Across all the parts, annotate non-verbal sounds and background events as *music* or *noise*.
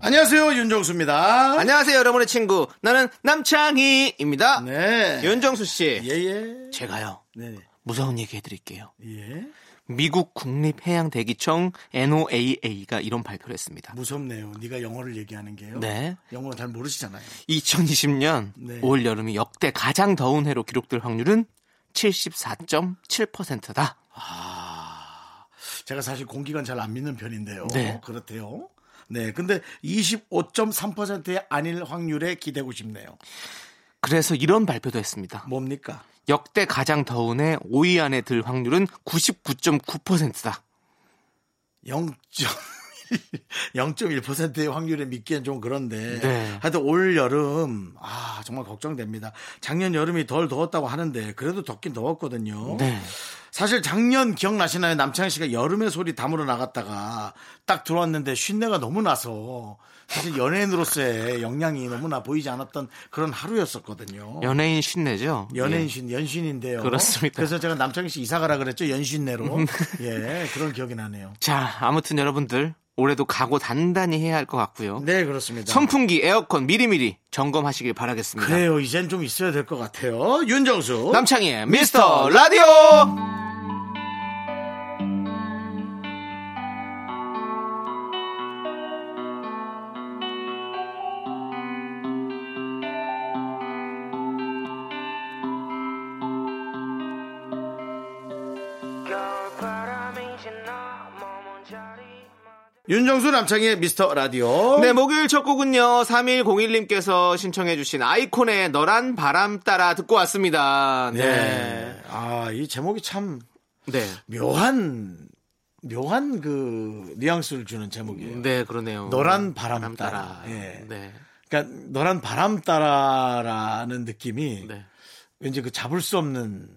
안녕하세요 윤정수입니다. 안녕하세요, 여러분의 친구. 나는 남창희입니다. 네. 윤정수 씨. 예예. 제가요. 네네. 무서운 얘기 해드릴게요. 예. 미국 국립해양대기청 NOAA가 이런 발표를 했습니다. 무섭네요. 네가 영어를 얘기하는 게요. 네. 영어 잘 모르시잖아요. 2020년 네. 올 여름이 역대 가장 더운 해로 기록될 확률은 74.7%다. 제가 사실 공기관 잘 안 믿는 편인데요. 어, 네. 그렇대요. 네. 근데 25.3%의 아닐 확률에 기대고 싶네요. 그래서 이런 발표도 했습니다. 뭐- 뭡니까? 역대 가장 더운 해 5위 안에 들 확률은 99.9%다. 0. 0.1%의 확률에 믿기엔 좀 그런데 네. 하여튼 올 여름 아 정말 걱정됩니다. 작년 여름이 덜 더웠다고 하는데 그래도 덥긴 더웠거든요. 네. 사실 작년 기억나시나요? 남창희 씨가 여름의 소리 담으러 나갔다가 딱 들어왔는데 쉰내가 너무 나서 사실 연예인으로서의 역량이 너무나 보이지 않았던 그런 하루였었거든요. 연예인 신내죠? 어. 연예인 신 연신인데요. 그렇습니다. 음. 그래서 제가 남창희 씨 이사 가라 그랬죠. 연신내로. 예, 그런 기억이 나네요. 자, 아무튼 여러분들 올해도 각오 단단히 해야 할 것 같고요. 네, 그렇습니다. 선풍기, 에어컨 미리미리 점검하시길 바라겠습니다. 그래요. 이젠 좀 있어야 될 것 같아요. 윤정수. 남창희의 미스터 라디오! 윤정수 남창희의 미스터 라디오. 네, 목요일 첫 곡은요, 3101님께서 신청해주신 아이콘의 너란 바람 따라 듣고 왔습니다. 네. 네. 아, 이 제목이 참 네. 묘한 묘한 그 뉘앙스를 주는 제목이에요. 네, 그러네요. 너란 바람 따라. 예. 네. 그러니까 너란 바람 따라라는 느낌이 네. 왠지 그 잡을 수 없는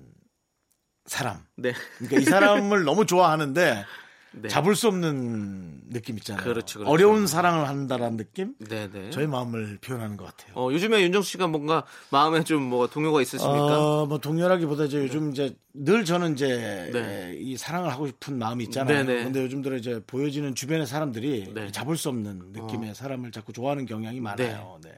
사람. *laughs* 네. 그러니까 이 사람을 너무 좋아하는데 네. 잡을 수 없는 느낌 있잖아요. 그렇죠, 그렇죠. 어려운 사랑을 한다라는 느낌? 네, 네. 저의 마음을 표현하는 것 같아요. 어, 요즘에 윤정수 씨가 뭔가 마음에 좀 뭐 동요가 있으십니까? 어, 뭐 동요라기보다 이제 요즘 이제 늘 저는 이제 네. 이 사랑을 하고 싶은 마음이 있잖아요. 네네. 근데 요즘 들어 이제 보여지는 주변의 사람들이 네. 잡을 수 없는 느낌의 사람을 자꾸 좋아하는 경향이 많아요. 네.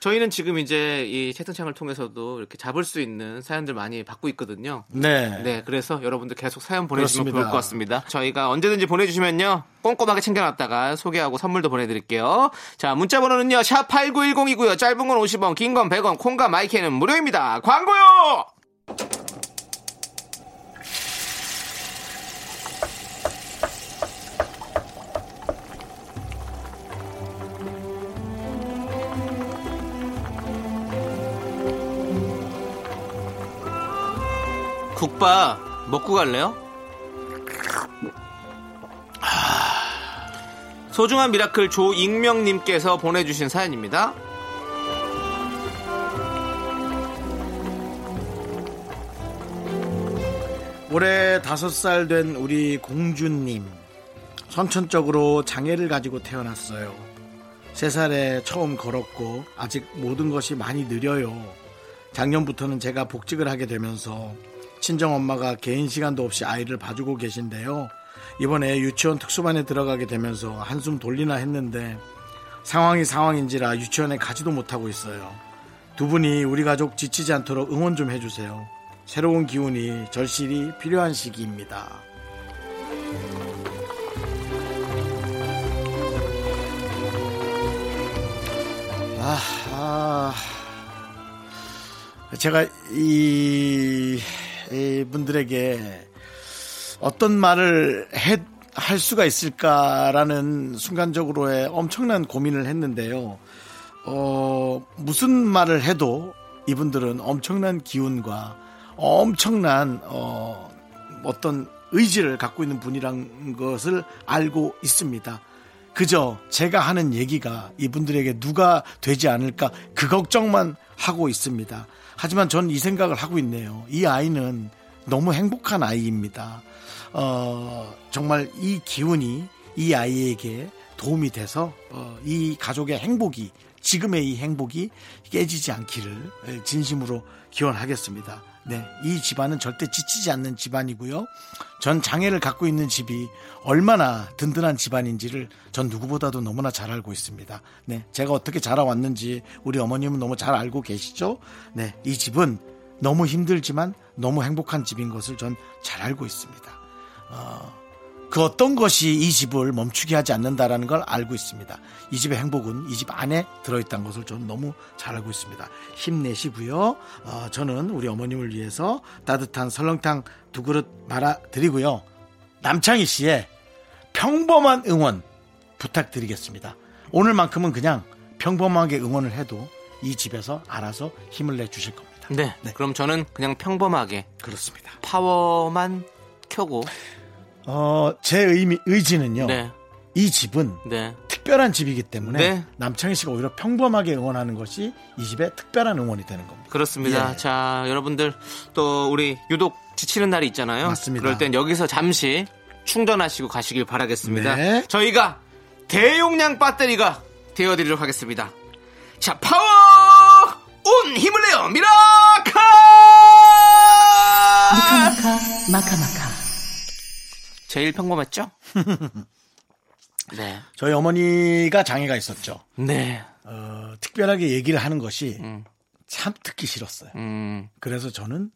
저희는 지금 이제 이 채팅창을 통해서도 이렇게 잡을 수 있는 사연들 많이 받고 있거든요. 네. 네, 그래서 여러분들 계속 사연 보내주시면 그렇습니다. 좋을 것 같습니다. 저희가 언제든지 보내주시면요. 꼼꼼하게 챙겨놨다가 소개하고 선물도 보내드릴게요. 자, 문자번호는요. 샵8910이고요. 짧은 건 50원, 긴 건 100원, 콩과 마이크는 무료입니다. 광고요! 국밥 먹고 갈래요? 하, 소중한 미라클 조익명님께서 보내주신 사연입니다. 올해 다섯 살 된 우리 공주님 선천적으로 장애를 가지고 태어났어요. 세 살에 처음 걸었고 아직 모든 것이 많이 느려요. 작년부터는 제가 복직을 하게 되면서 친정 엄마가 개인 시간도 없이 아이를 봐주고 계신데요. 이번에 유치원 특수반에 들어가게 되면서 한숨 돌리나 했는데 상황이 상황인지라 유치원에 가지도 못하고 있어요. 두 분이 우리 가족 지치지 않도록 응원 좀 해주세요. 새로운 기운이 절실히 필요한 시기입니다. 아, 아. 제가 이, 이 분들에게 어떤 말을 해, 할 수가 있을까라는 순간적으로의 엄청난 고민을 했는데요. 어, 무슨 말을 해도 이분들은 엄청난 기운과 엄청난 어, 어떤 의지를 갖고 있는 분이란 것을 알고 있습니다. 그저 제가 하는 얘기가 이분들에게 누가 되지 않을까 그 걱정만 하고 있습니다. 하지만 전 이 생각을 하고 있네요. 이 아이는 너무 행복한 아이입니다. 어, 정말 이 기운이 이 아이에게 도움이 돼서 어, 이 가족의 행복이 지금의 이 행복이 깨지지 않기를 에, 진심으로 기원하겠습니다. 네, 이 집안은 절대 지치지 않는 집안이고요. 전 장애를 갖고 있는 집이 얼마나 든든한 집안인지를 전 누구보다도 너무나 잘 알고 있습니다. 네, 제가 어떻게 자라왔는지 우리 어머님은 너무 잘 알고 계시죠? 네, 이 집은 너무 힘들지만 너무 행복한 집인 것을 전 잘 알고 있습니다. 그 어떤 것이 이 집을 멈추게 하지 않는다라는 걸 알고 있습니다. 이 집의 행복은 이 집 안에 들어있다는 것을 저는 너무 잘 알고 있습니다. 힘내시고요. 어, 저는 우리 어머님을 위해서 따뜻한 설렁탕 두 그릇 말아드리고요. 남창희 씨의 평범한 응원 부탁드리겠습니다. 오늘만큼은 그냥 평범하게 응원을 해도 이 집에서 알아서 힘을 내주실 겁니다. 네. 네. 그럼 저는 그냥 평범하게 그렇습니다. 파워만 켜고 어, 제 의미, 의지는요. 네. 이 집은 네. 특별한 집이기 때문에 네. 남창희 씨가 오히려 평범하게 응원하는 것이 이 집의 특별한 응원이 되는 겁니다. 그렇습니다. 예. 자, 여러분들 또 우리 유독 지치는 날이 있잖아요. 맞습니다. 그럴 땐 여기서 잠시 충전하시고 가시길 바라겠습니다. 네. 저희가 대용량 배터리가 되어드리도록 하겠습니다. 자, 파워! 온 힘을 내요! 미라카! 미카마카 마카마카 *laughs* 제일 평범했죠? 네. 저희 어머니가 장애가 있었죠. 네. 어, 특별하게 얘기를 하는 것이 참 듣기 싫었어요. 음, 그래서 저는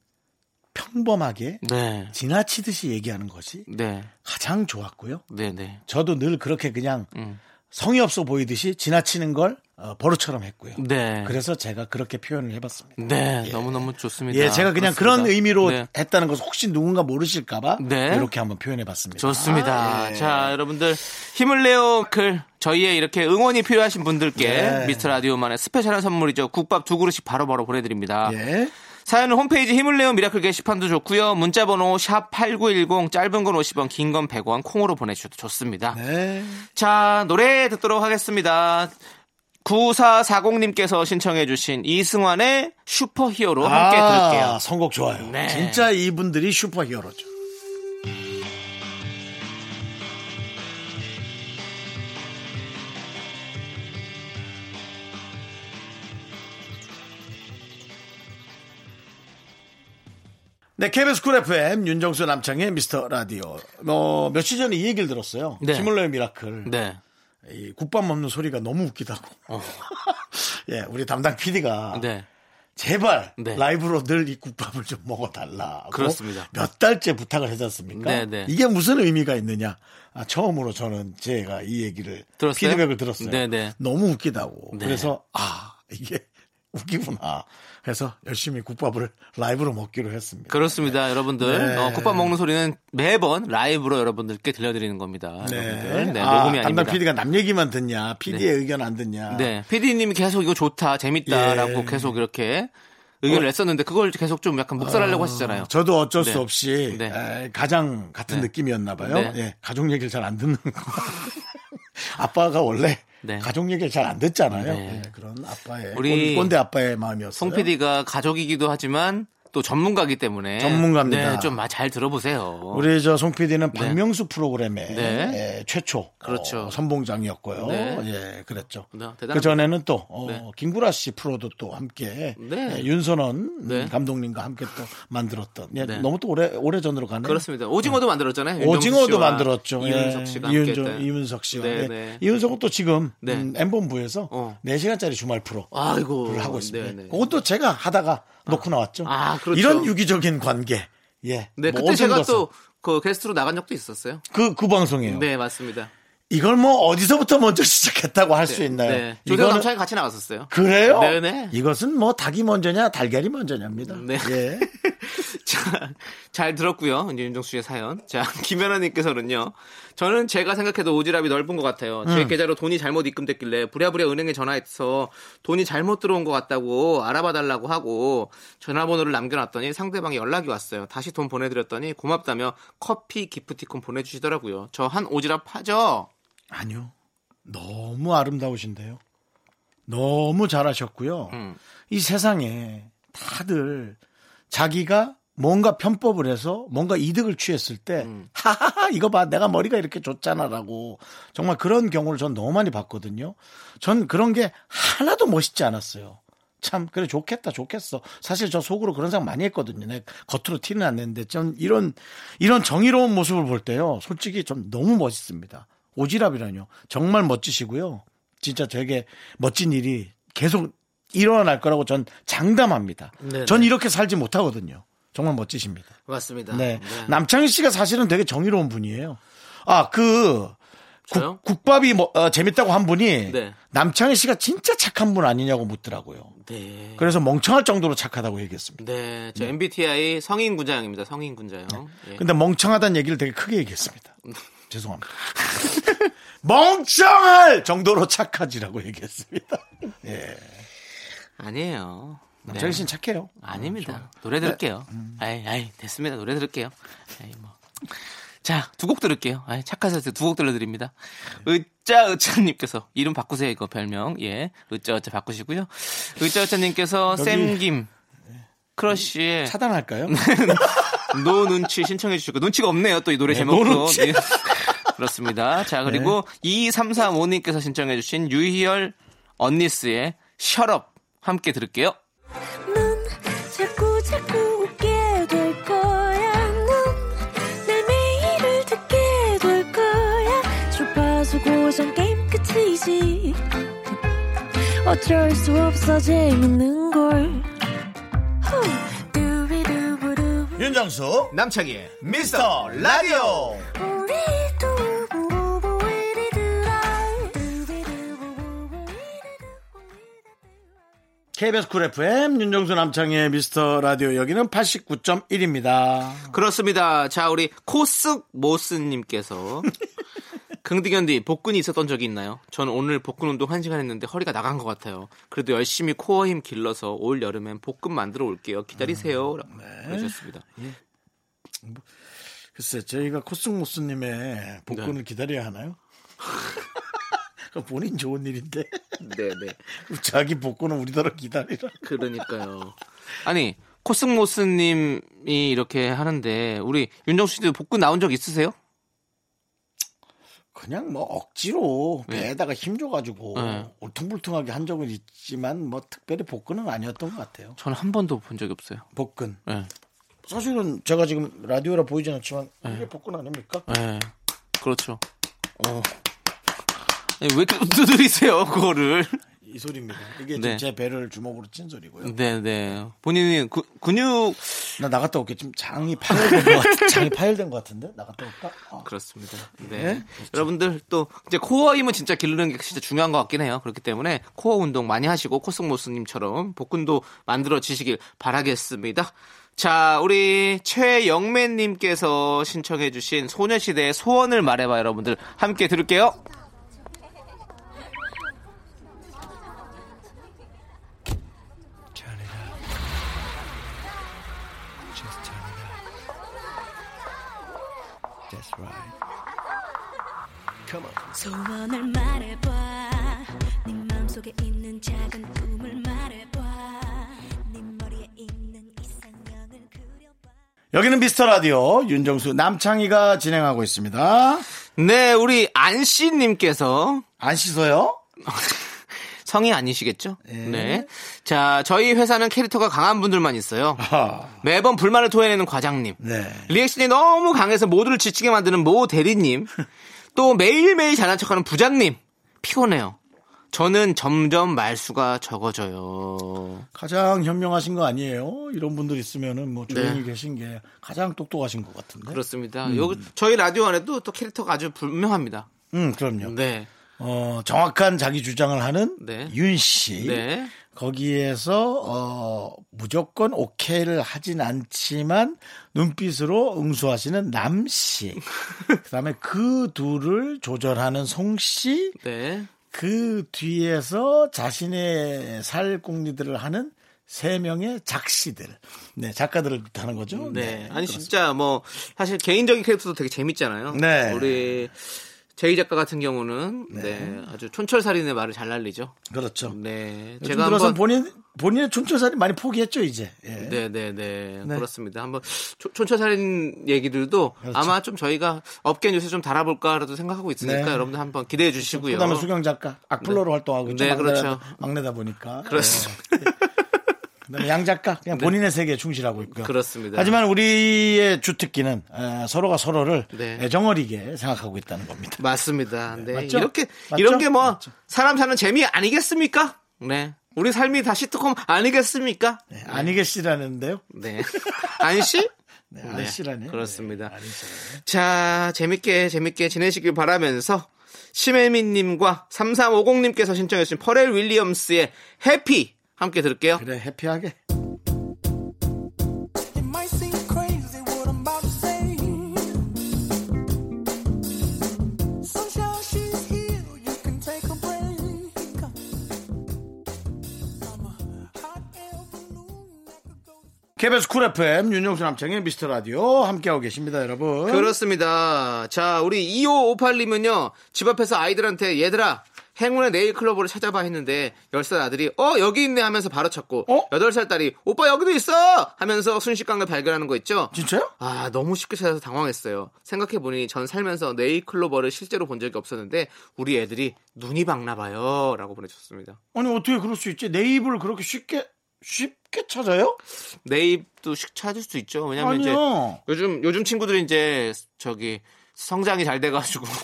평범하게 네. 지나치듯이 얘기하는 것이 네. 가장 좋았고요. 네, 네. 저도 늘 그렇게 그냥 음. 성의 없어 보이듯이 지나치는 걸 어, 버릇처럼 했고요. 네. 그래서 제가 그렇게 표현을 해봤습니다. 네, 너무너무 좋습니다. 예, 제가 그냥 그렇습니다. 그런 의미로 네. 했다는 것을 혹시 누군가 모르실까봐 네. 이렇게 한번 표현해봤습니다. 아, 좋습니다. 예. 자, 여러분들 힘을 내요 클 저희의 이렇게 응원이 필요하신 분들께 네. 미스터 라디오만의 스페셜한 선물이죠. 국밥 두 그릇씩 바로바로 보내드립니다. 예. 사연은 홈페이지 힘을 내요 미라클 게시판도 좋고요. 문자번호 샵 #8910 짧은 건 50원, 긴 건 100원 콩으로 보내주셔도 좋습니다. 네. 자, 노래 듣도록 하겠습니다. 9440님께서 신청해주신 이승환의 슈퍼히어로 함께 아, 들을게요. 선곡 좋아요. 네. 진짜 이분들이 슈퍼히어로죠. 네, KBS 쿨 FM 윤정수 남창의 미스터 라디오. 어, 며칠 전에 이 얘기를 들었어요. 네. 히말라야 미라클. 네. 어. 이 국밥 먹는 소리가 너무 웃기다고. *laughs* 예, 우리 담당 PD가 네. 제발 네. 라이브로 늘 이 국밥을 좀 먹어달라. 그렇습니다. 몇 달째 부탁을 하지 않습니까? 네, 네. 이게 무슨 의미가 있느냐? 아, 처음으로 저는 제가 이 얘기를 들었어요? 피드백을 들었어요. 네, 네. 너무 웃기다고. 네. 그래서 아 이게 *laughs* 웃기구나. 그래서 열심히 국밥을 라이브로 먹기로 했습니다. 그렇습니다, 여러분들. 네. 어, 국밥 먹는 소리는 매번 라이브로 여러분들께 들려드리는 겁니다. 여러분들. 네, 아, 녹음이 아, 닙니 담당 다 PD가 남 얘기만 듣냐, PD의 의견 안 듣냐. 네, PD님이 계속 이거 좋다, 재밌다라고 예. 어? 계속 이렇게 의견을 냈었는데 그걸 계속 좀 약간 묵살하려고 하시잖아요. 저도 어쩔 네. 수 없이 네. 에, 가장 같은 네. 느낌이었나 봐요. 네. 예, 가족 얘기를 잘 안 듣는 거. *laughs* 아빠가 원래 네. 가족 얘기를 잘 안 듣잖아요. 네. 예, 그런 아빠의 우리 꼰- 꼰대 아빠의 마음이었어요. 송 PD가 가족이기도 하지만 또 전문가기 때문에 전문가입니다. 네, 좀 잘 들어보세요. 우리 저 송 PD는 박명수 프로그램의 네. 예, 최초 그렇죠. 어, 선봉장이었고요. 네. 예, 그랬죠. 네, 대단합니다. 그 전에는 또 어, 네. 김구라 씨 프로도 또 함께 네. 예, 윤선원 네. 감독님과 함께 또 만들었던 예, 네. 너무 또 오래 오래 전으로 가네요. 그렇습니다. 오징어도 만들었잖아요. 윤정수 오징어도 씨와 만들었죠. 이윤석 씨가 예. 함께 이윤정, 했던. 이윤석 씨와 네, 예. 네. 이윤석은 또 지금 네. 음, M본부에서 어. 4시간짜리 주말 프로 아이고. 를 하고 있습니다. 네, 네. 그것도 제가 하다가 놓고 나왔죠. 아, 그렇죠. 이런 유기적인 관계. 예. 네, 그때 모든 제가 것은 또 그 게스트로 나간 적도 있었어요. 그, 그 방송이에요. 네, 맞습니다. 이걸 뭐 어디서부터 먼저 시작했다고 할 수 있나요? 네. 조세호 이거는 남창이 같이 나왔었어요. 그래요? 네네. 이것은 뭐 닭이 먼저냐 달걀이 먼저냐입니다. 네. 예. *laughs* 자, 잘 들었고요. 이제 윤정수 씨의 사연. 자, *laughs* 김연아님께서는요. 저는 제가 생각해도 오지랖이 넓은 것 같아요. 음. 제 계좌로 돈이 잘못 입금됐길래 부랴부랴 은행에 전화해서 돈이 잘못 들어온 것 같다고 알아봐달라고 하고 전화번호를 남겨놨더니 상대방이 연락이 왔어요. 다시 돈 보내드렸더니 고맙다며 커피 기프티콘 보내주시더라고요. 저 한 오지랖 하죠? 아니요. 너무 아름다우신데요. 너무 잘하셨고요. 음. 이 세상에 다들 자기가 뭔가 편법을 해서 뭔가 이득을 취했을 때 *laughs* 하하하 이거 봐 내가 머리가 이렇게 좋잖아라고 정말 그런 경우를 전 너무 많이 봤거든요. 전 그런 게 하나도 멋있지 않았어요. 참 그래 좋겠다 좋겠어. 사실 저 속으로 그런 생각 많이 했거든요. 내 겉으로 티는 안 냈는데 전 이런 이런 정의로운 모습을 볼 때요. 솔직히 좀 너무 멋있습니다. 오지랖이라뇨. 정말 멋지시고요. 진짜 되게 멋진 일이 계속 일어날 거라고 전 장담합니다. 네네. 전 이렇게 살지 못하거든요. 정말 멋지십니다. 맞습니다. 네. 네. 남창희 씨가 사실은 되게 정의로운 분이에요. 아, 그 저요? 국, 밥이 뭐, 어, 재밌다고 한 분이 네. 남창희 씨가 진짜 착한 분 아니냐고 묻더라고요. 네. 그래서 멍청할 정도로 착하다고 얘기했습니다. 네, 저 MBTI 성인 군자형입니다. 성인 군자형. 예. 근데 멍청하다는 얘기를 되게 크게 얘기했습니다. *laughs* 죄송합니다. 멍청할 정도로 착하지라고 얘기했습니다. 아니에요. 남창희 네. 씨는 착해요. 아닙니다. 노래 들을게요. 네. 음. 아이, 아이, 됐습니다. 노래 들을게요. 아이, 뭐. 자, 두 곡 들을게요. 아이, 착하셔서 두곡 들려드립니다. 으짜, 으짜님께서, 이름 바꾸세요, 이거 별명. 예. 으짜, 으짜 바꾸시고요. 으짜, 으짜님께서, 쌤김, 크러쉬의 *laughs* 차단할까요? 네. 노 눈치 신청해 주시고 눈치가 없네요 또 이 노래 네. 제목도 네. *laughs* 그렇습니다 자 그리고 2335님께서 신청해 주신 유희열 언니스의 셔럽 함께 들을게요 넌 자꾸 자꾸 웃게 될 거야. 넌내 매일을 듣게 될 거야. 주파수 고정 게임 끝이지. 어쩔 수 없어 재밌는 걸. 후. 두비두부두. 윤정수 남창희의 미스터 라디오 우리 두부부부 우리 두라. 두비두부부부 우리 두라. KBS 쿨 FM 윤정수 남창의 미스터 라디오 여기는 89.1입니다. 그렇습니다 자 우리 *laughs* 코스모스님께서 긍디견디 복근이 있었던 적이 있나요? 저는 오늘 복근 운동 1시간 했는데 허리가 나간 것 같아요 그래도 열심히 코어 힘 길러서 올 여름엔 복근 만들어 올게요 기다리세요 라고 *laughs* 해주셨습니다 글쎄 저희가 코스모스님의 복근을 네. 기다려야 하나요? *laughs* 그거 본인 좋은 일인데 *laughs* 네네 자기 복근은 우리더러 기다리라. 그러니까요. 아니 코스모스님이 이렇게 하는데 우리 윤정수 씨도 복근 나온 적 있으세요? 그냥 뭐 억지로 네. 배에다가 힘 줘가지고 네. 울퉁불퉁하게 한 적은 있지만 뭐 특별히 복근은 아니었던 것 같아요. 저는 한 번도 본 적이 없어요. 복근. 예. 사실은 제가 지금 라디오라 보이진 않지만 이게 복근 아닙니까? 예. 그렇죠. 어. 아니, 왜 이렇게 *laughs* 두드리세요 그거를? 이 소리입니다. 이게 네. 지금 음. 제 배를 주먹으로 친 소리고요. 네네. 본인이 구- 근육 나 나갔다 올게. 지금 장이 파열된 것 같아. *laughs* 장이 파열된 것 같은데 나갔다 올까? 아. 그렇습니다. 네. 여러분들 또 이제 코어 힘은 진짜 기르는 게 진짜 중요한 것 같긴 해요. 그렇기 때문에 코어 운동 많이 하시고 코스모스님처럼 복근도 만들어지시길 바라겠습니다. 자, 우리 최영매님께서 신청해주신 소녀시대의 소원을 말해봐 여러분들 함께 들을게요. 소원을 말해봐 네 마음속에 있는 작은 꿈을 말해봐 네 머리에 있는 이상형을 그려봐 여기는 미스터 라디오 윤정수 남창희가 진행하고 있습니다. 네, 우리 안씨님께서 *laughs* 안 씻어요? 성이 아니시겠죠? 네. 자, 저희 회사는 캐릭터가 강한 분들만 있어요. 아, 매번 불만을 토해내는 과장님. 네. 리액션이 너무 강해서 모두를 지치게 만드는 모 대리님. 또 매일매일 잘난 척하는 부장님. 피곤해요. 저는 점점 말수가 적어져요. 가장 현명하신 거 아니에요? 이런 분들 있으면은 뭐 조용히 계신 게 가장 똑똑하신 것 같은데. 네. 그렇습니다. 여기 저희 라디오 안에도 또 캐릭터가 아주 분명합니다. 음, 그럼요. 네. 어, 정확한 자기 주장을 하는 네. 윤 씨. 네. 거기에서 어, 무조건 오케이를 하진 않지만 눈빛으로 응수하시는 남 *laughs* 씨. 그다음에 그 둘을 조절하는 송 씨. 네. 그 뒤에서 자신의 살 궁리들을 하는 세 명의 작시들. 네, 작가들을 뜻하는 음, 거죠. 네. 네. 아니 진짜 뭐 사실 개인적인 캐릭터도 되게 재밌잖아요. 네. 우리 제이 작가 같은 경우는 네, 아주 촌철살인의 말을 잘 날리죠. 그렇죠. 네, 요즘 제가 들어서 한번 본인 본인의 촌철살이 많이 포기했죠 이제. 예. 네네네 네, 네. 그렇습니다. 한번 초- 촌철살인 얘기들도 그렇죠. 아마 좀 저희가 업계 뉴스 좀 달아볼까라도 생각하고 있으니까 네. 여러분들 한번 기대해 주시고요. 그다음에 수경 작가 악플러로 활동하고 있죠. 네, 막내다, 그렇죠. 막내다 보니까. 그렇습니다. 네. 예. 그다음에 양 작가 그냥 본인의 세계에 충실하고 있고요. 그렇습니다. 하지만 우리의 주특기는 에, 서로가 서로를 네. 애정어리게 생각하고 있다는 겁니다. 맞습니다. 네. 맞죠? 이렇게 맞죠? 이런 게 뭐 맞죠. 사람 사는 재미 아니겠습니까? 네. 우리 삶이 다 시트콤 아니겠습니까? 네, 아니겠시라는데요. 네. *laughs* 안 씨? 네, 아니시라네요. 그렇습니다. 네, 아니시라네요. 자, 재밌게 재밌게 지내시길 바라면서 심혜미 님과 3350 님께서 신청해 주신 퍼렐 윌리엄스의 해피 함께 들을게요. 그래 해피하게. It might seem crazy what I'm about to say. Sunshine, she's here. You can take a break. I'm a hot air balloon that could go. KBS 쿨 FM 윤정수 남창의 미스터 라디오 함께하고 계십니다, 여러분. 그렇습니다. 자, 우리 2558님은요, 집 앞에서 아이들한테, 얘들아, 행운의 네일클럽을 찾아봐 했는데, 10살 아들이, 어, 여기 있네 하면서 바로 찾고, 어? 8살 딸이, 오빠 여기도 있어! 하면서 순식간에 발견하는 거 있죠? 진짜요? 아, 너무 쉽게 찾아서 당황했어요. 생각해보니 전 살면서 네일클로버를 실제로 본 적이 없었는데, 우리 애들이 눈이 박나봐요. 라고 보내주셨습니다. 아니 어떻게 그럴 수 있지? 내 입을 그렇게 쉽게 쉽게 찾아요? 네일도 쉽 찾을 수 있죠. 왜냐면 이제, 아니요. 요즘, 요즘 친구들이 이제, 저기, 성장이 잘 돼가지고. *laughs*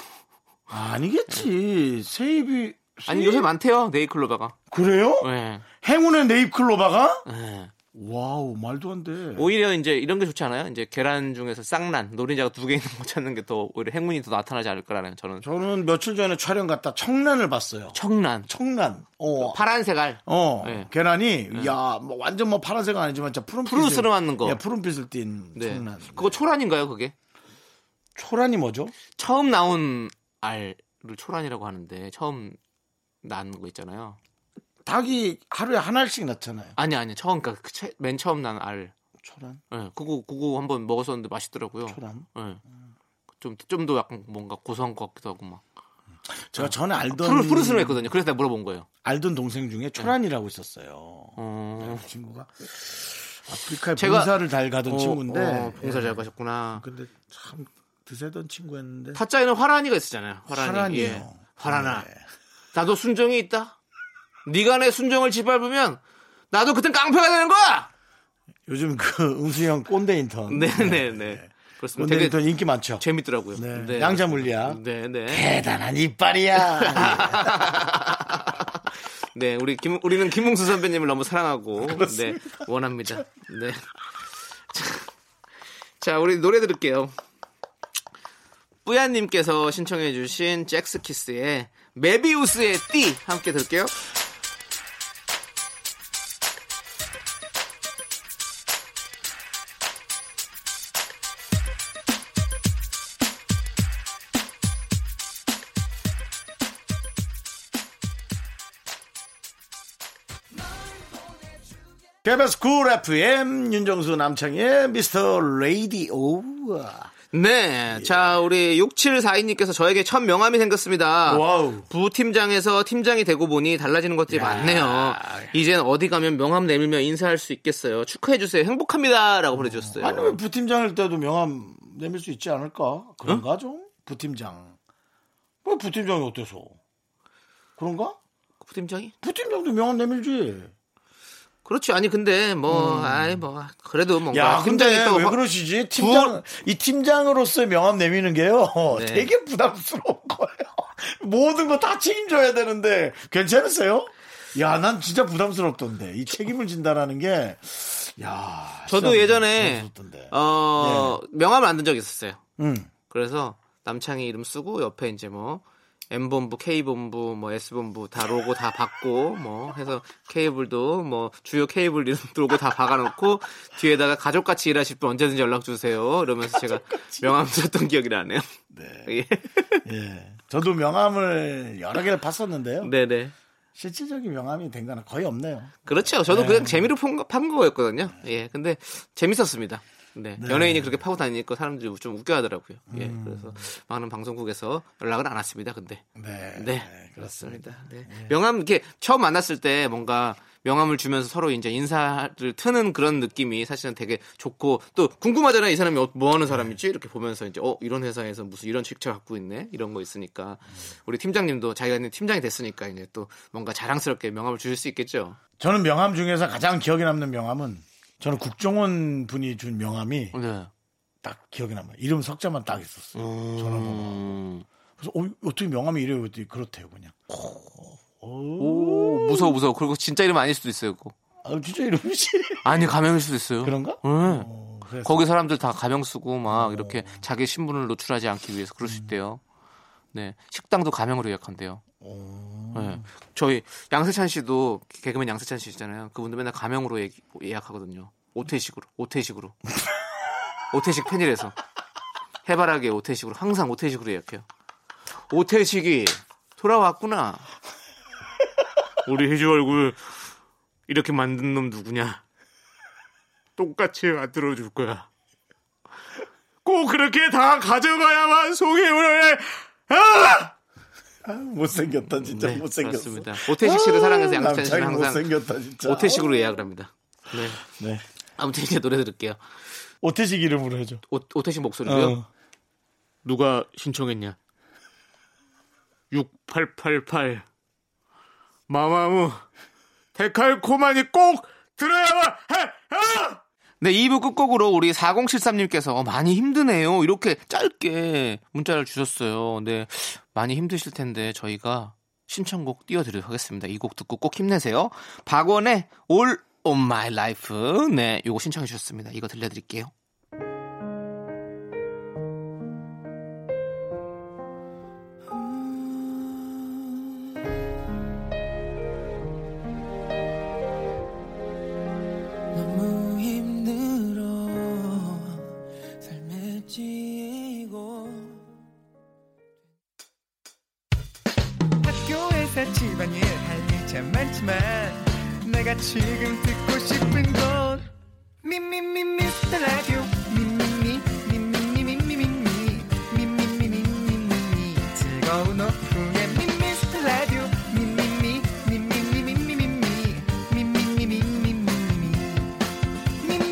아니겠지. 세입이 아니 세입? 요새 많대요 네이클로바가. 그래요? 네. 행운의 네잎클로바가? 네. 와우 말도 안 돼. 오히려 이제 이런 게 좋지 않아요? 이제 계란 중에서 쌍란 노린자가 두 개 있는 거 찾는 게 더 오히려 행운이 더 나타나지 않을까라는 저는 저는 며칠 전에 촬영 갔다 청란을 봤어요. 청란 청란. 어. 파란 색깔. 어, 네. 계란이 야, 뭐 완전 뭐 파란색은 아니지만 진짜 푸른빛. 푸르스름한 거. 예, 푸른빛을 띤 네. 청란. 그거 초란인가요 그게? 초란이 뭐죠? 처음 나온 알을 초란이라고 하는데 처음 난 거 있잖아요. 닭이 하루에 한 알씩 낳잖아요. 아니 아니 처음 그러니까 그 최- 맨 처음 난 알. 초란. 네, 그거 그거 한번 먹었었는데 맛있더라고요. 초란. 네. 좀좀 더 약간 뭔가 고소한 것 같기도 하고 막 제가 아. 전에 알던 푸르 푸르스름했거든요. 그래서 내가 물어본 거예요. 알던 동생 중에 초란이라고 있었어요. 어... 그 친구가 아프리카에 제가- 봉사를 달 가던 어, 그 친구인데 네. 예. 어, 봉사 잘 가셨구나. 근데 참 드세던 친구였는데 타짜에는 화란이가 있었잖아요. 화란이. 화란이요. 예. 화란아. 네. 나도 순정이 있다. 네가 내 순정을 짓밟으면 나도 그땐 깡패가 되는 거야. 요즘 그 *laughs* 음수형 꼰대 인턴 네네네. 그렇습니다. 꼰대 되게 인턴 인기 많죠. 재밌더라고요. 네. 양자 물리학. 네네. 대단한 *laughs* 이빨이야. 네, 우리 김, 우리는 김웅수 선배님을 너무 사랑하고 네, 원합니다. 네. 자, 자, 우리 노래 들을게요. 뿌야님께서 신청해주신 잭스키스의 메비우스의 띠 함께 들을게요. KBS 쿨 FM 윤정수 남창의 미스터 레이디오. 네. 예. 자, 우리 6742님께서 저에게 첫 명함이 생겼습니다. 와우. 부팀장에서 팀장이 되고 보니 달라지는 것들이 많네요. 이젠 어디 가면 명함 내밀며 인사할 수 있겠어요. 축하해주세요. 행복합니다. 라고 보내주셨어요. 아니 왜 부팀장일 때도 명함 내밀 수 있지 않을까? 그런가 좀 부팀장. 왜 부팀장이 어때서? 그런가? 부팀장이? 부팀장도 명함 내밀지. 그렇지. 아니, 근데 뭐, 아이, 뭐, 그래도 뭔가. 음. 야, 근데 팀장이 뭐, 또 왜 화- 그러시지? 팀장, 이 팀장으로서의 명함 내미는 게요, 네. 되게 부담스러운 거예요. *laughs* 모든 거 다 책임져야 되는데, 괜찮으세요? 야, 난 진짜 부담스럽던데. 이 책임을 진다라는 게, 야. 저도 진짜 예전에, 부담스럽던데. 어, 예. 명함을 안 든 적이 있었어요. 음. 그래서 남창희 이름 쓰고 옆에 이제 뭐 M본부, K본부, 뭐 S본부 다 로고 다 받고 뭐 해서 케이블도 뭐 주요 케이블 이름 *laughs* 로고 다 박아놓고 뒤에다가 가족같이 일하실 분 언제든지 연락 주세요. 이러면서 제가 명함 썼던 기억이 나네요. *laughs* 네. 예. 저도 명함을 여러 개를 팠었는데요. 네네. 실질적인 명함이 된 거는 거의 없네요. 그렇죠. 저도 그냥 재미로 판 거- 판 거였거든요. 예. 근데 재밌었습니다. 네. 네. 연예인이 그렇게 파고 다니니까 사람들이 좀 웃겨하더라고요. 예, 그래서 많은 방송국에서 연락은 안 왔습니다. 근데 네. 네, 그렇습니다. 네. 명함 이렇게 처음 만났을 때 뭔가 명함을 주면서 서로 이제 인사를 트는 그런 느낌이 사실은 되게 좋고 또 궁금하잖아요. 이 사람이 어- 뭐 하는 사람이지? 이렇게 보면서 이제 어 이런 회사에서 무슨 이런 직책 갖고 있네 이런 거 있으니까 우리 팀장님도 자기가 있는 팀장이 됐으니까 이제 또 뭔가 자랑스럽게 명함을 주실 수 있겠죠. 저는 명함 중에서 가장 기억에 남는 명함은 저는 국정원 분이 준 명함이 네. 딱 기억에 남아요. 이름 석자만 딱 있었어요. 전화번호. 음. 그래서 어, 어떻게 명함이 이래요? 그랬더니 그렇대요, 그냥. 오 무서워 무서워. 그리고 진짜 이름 아닐 수도 있어요. 그거. 아, 진짜 이름이지? *laughs* 아니 가명일 수도 있어요. 그런가? 네. 어, 그래서 거기 사람들 다 가명 쓰고 막 이렇게 자기 신분을 노출하지 않기 위해서 그럴 수 음. 있대요. 네. 식당도 가명으로 예약한대요. 어. 네. 저희 양세찬 씨도 개그맨 양세찬 씨 있잖아요. 그분도 맨날 가명으로 예- 예약하거든요. 오태식으로. *laughs* 오태식으로. 오태식 팬이라서. 해바라기 오태식으로 항상 오태식으로 예약해요. 오태식이 돌아왔구나. 우리 혜주 얼굴 이렇게 만든 놈 누구냐? 똑같이 만들어 줄 거야. 꼭 그렇게 다 가져가야만 속이 우려해. 아! 못생겼다, 진짜 네, 못생겼어. 아, 그렇습니다. 오태식 씨를 사랑해서 양세찬 남창이 씨는 항상 못생겼다, 진짜. 오태식으로 예약을 합니다. 네. 네. 아무튼 이제 노래 들을게요. 오태식 이름으로 해줘. 오, 오태식 목소리고요. 어. 누가 신청했냐? 6888 마마무 데칼코마니 꼭 들어야만 해! 네, 2부 끝곡으로 우리 4073님께서 어, 많이 힘드네요. 이렇게 짧게 문자를 주셨어요. 네, 많이 힘드실 텐데 저희가 신청곡 띄워드리도록 하겠습니다. 이 곡 듣고 꼭 힘내세요. 박원의 All of My Life. 네, 요거 신청해 주셨습니다. 이거 들려드릴게요. 너무 힘들어 삶에 찌고 학교에서 집안일 할 일 참 많지만 내가 지금 듣고 싶은 건 미미미 미스터 라디오 미미미 미미미 미미미 미미미 미미미 미미미 즐거운 오후에 미미스터 라디오 미미미 미미미 미미미 미미미 미미미 미미미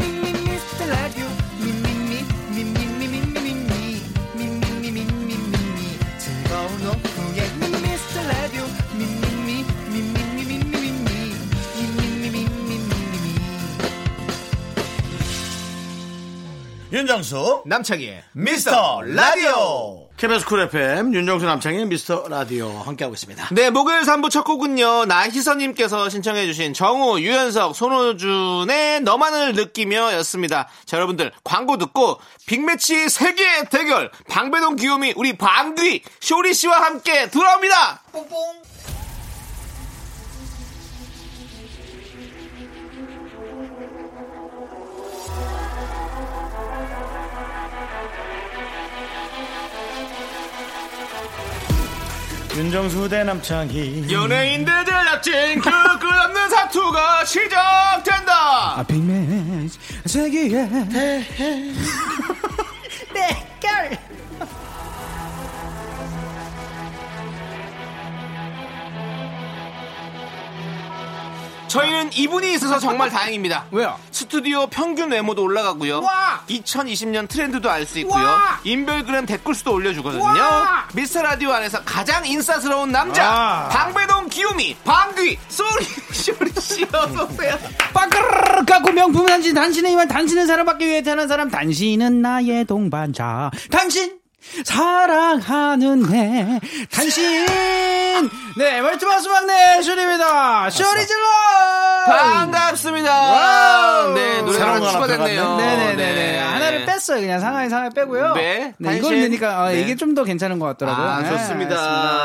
윤정수 남창희의 미스터 라디오 KBS 쿨 FM 윤정수 남창의 미스터 라디오 함께하고 있습니다 네, 목요일 3부 첫 곡은요, 나희선님께서 신청해주신 정우, 유연석, 손호준의 너만을 느끼며 였습니다. 자, 여러분들, 광고 듣고, 빅매치 세계 대결, 방배동 귀요미, 우리 방귀, 쇼리씨와 함께 돌아옵니다! 윤정수 대 남창희 연예인 대 제작진, 그 끝없는 사투가 시작된다! 저희는 이분이 있어서 정말 다행입니다. 왜요? 스튜디오 평균 외모도 올라가고요. 2020년 트렌드도 알 수 있고요. 인별그램 댓글수도 올려주거든요. 미스터 라디오 안에서 가장 인싸스러운 남자 아. 방배동 기우미 방귀 쏘리 *laughs* 쇼리 씨 어서 오세요. 빠그르르 갖고 명품 단신 당신의 이만 당신은 사랑받기 위해 태어난 사람 당신은 나의 동반자 당신 사랑하는 애 당신 네 멀티마스 막내 쇼리입니다 쇼리 질러 반갑습니다. 아. 와우. 네 노래가 새로운 하나 거 하나 추가됐네요. 들어갔네. 네네네네 하나를 뺐어요 그냥 상하이 상하이 빼고요 네, 이걸 당신. 넣으니까 어, 네. 이게 좀 더 괜찮은 것 같더라고요 아 네, 좋습니다.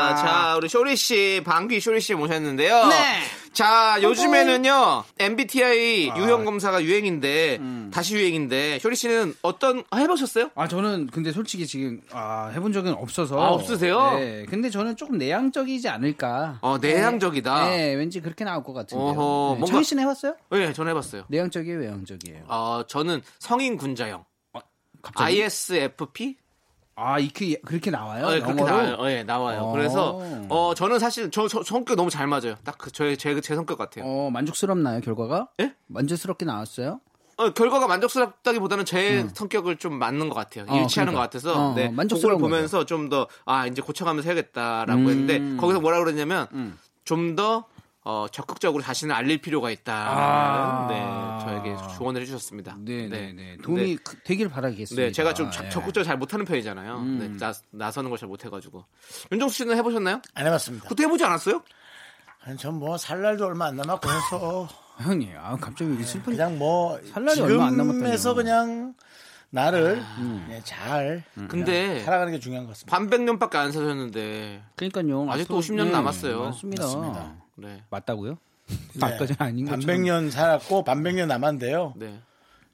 알겠습니다. 자 우리 쇼리 씨 방귀 쇼리 씨 모셨는데요. 네. 자, 요즘에는요, MBTI 아. 유형 검사가 유행인데, 음. 다시 유행인데, 쇼리 씨는 어떤, 아, 해보셨어요? 아 저는 근데 솔직히 지금 아, 해본 적은 없어서 아, 없으세요? 네. 근데 저는 조금 내향적이지 않을까. 어, 내향적이다. 네, 네, 왠지 그렇게 나올 것 같은데요. 어허, 네. 뭔가- 창희 씨는 해봤어요? 네, 저는 해봤어요. 내향적이에요, 외향적이에요. 어, 저는 성인 군자형. 어, 갑자기? ISFP? 아, 이렇게 아, 그렇게 나와요? 어, 예, 그렇게 영어로? 나와요. 어, 예, 나와요. 어. 그래서, 어, 저는 사실, 저, 저 성격 너무 잘 맞아요. 딱 그, 저의, 제, 제 성격 같아요. 어, 만족스럽나요, 결과가? 예? 만족스럽게 나왔어요? 어, 결과가 만족스럽다기보다는 제 성격을 좀 맞는 것 같아요. 음. 어, 일치하는 그러니까. 것 같아서. 어, 네, 만족스러운 그걸 보면서 좀 더, 아, 이제 고쳐가면서 해야겠다라고 음. 했는데, 거기서 뭐라 그러냐면, 좀 더, 어, 적극적으로 자신을 알릴 필요가 있다. 아. 네, 저에게 조언을 해주셨습니다. 네, 네, 네. 네. 도움이 크- 되길 바라겠습니다. 네, 제가 좀 자- 예. 음. 적극적으로 잘 못하는 편이잖아요. 네, 나, 나서는 걸 잘 못해가지고. 윤정수 씨는 해보셨나요? 안 해봤습니다. 그때 해보지 않았어요? 음, 전 뭐 살 날도 얼마 안 남았고 해서 형님, 아, 갑자기 이게 슬픈. 그냥 뭐 살 날이 얼마 안 아, 음. 남았다는 지금에서 거. 그냥 나를 예, 잘 근데 살아가는 게 중요한 것 같습니다. 반백년밖에 안 사셨는데. 그러니까요. 아직도 앞으로- 예, 50년 남았어요. 맞습니다. 맞습니다. 네. 맞다고요? 네. 아까 전 아닌 것처럼. 반백년 살았고 반백년 남았는데요. 네.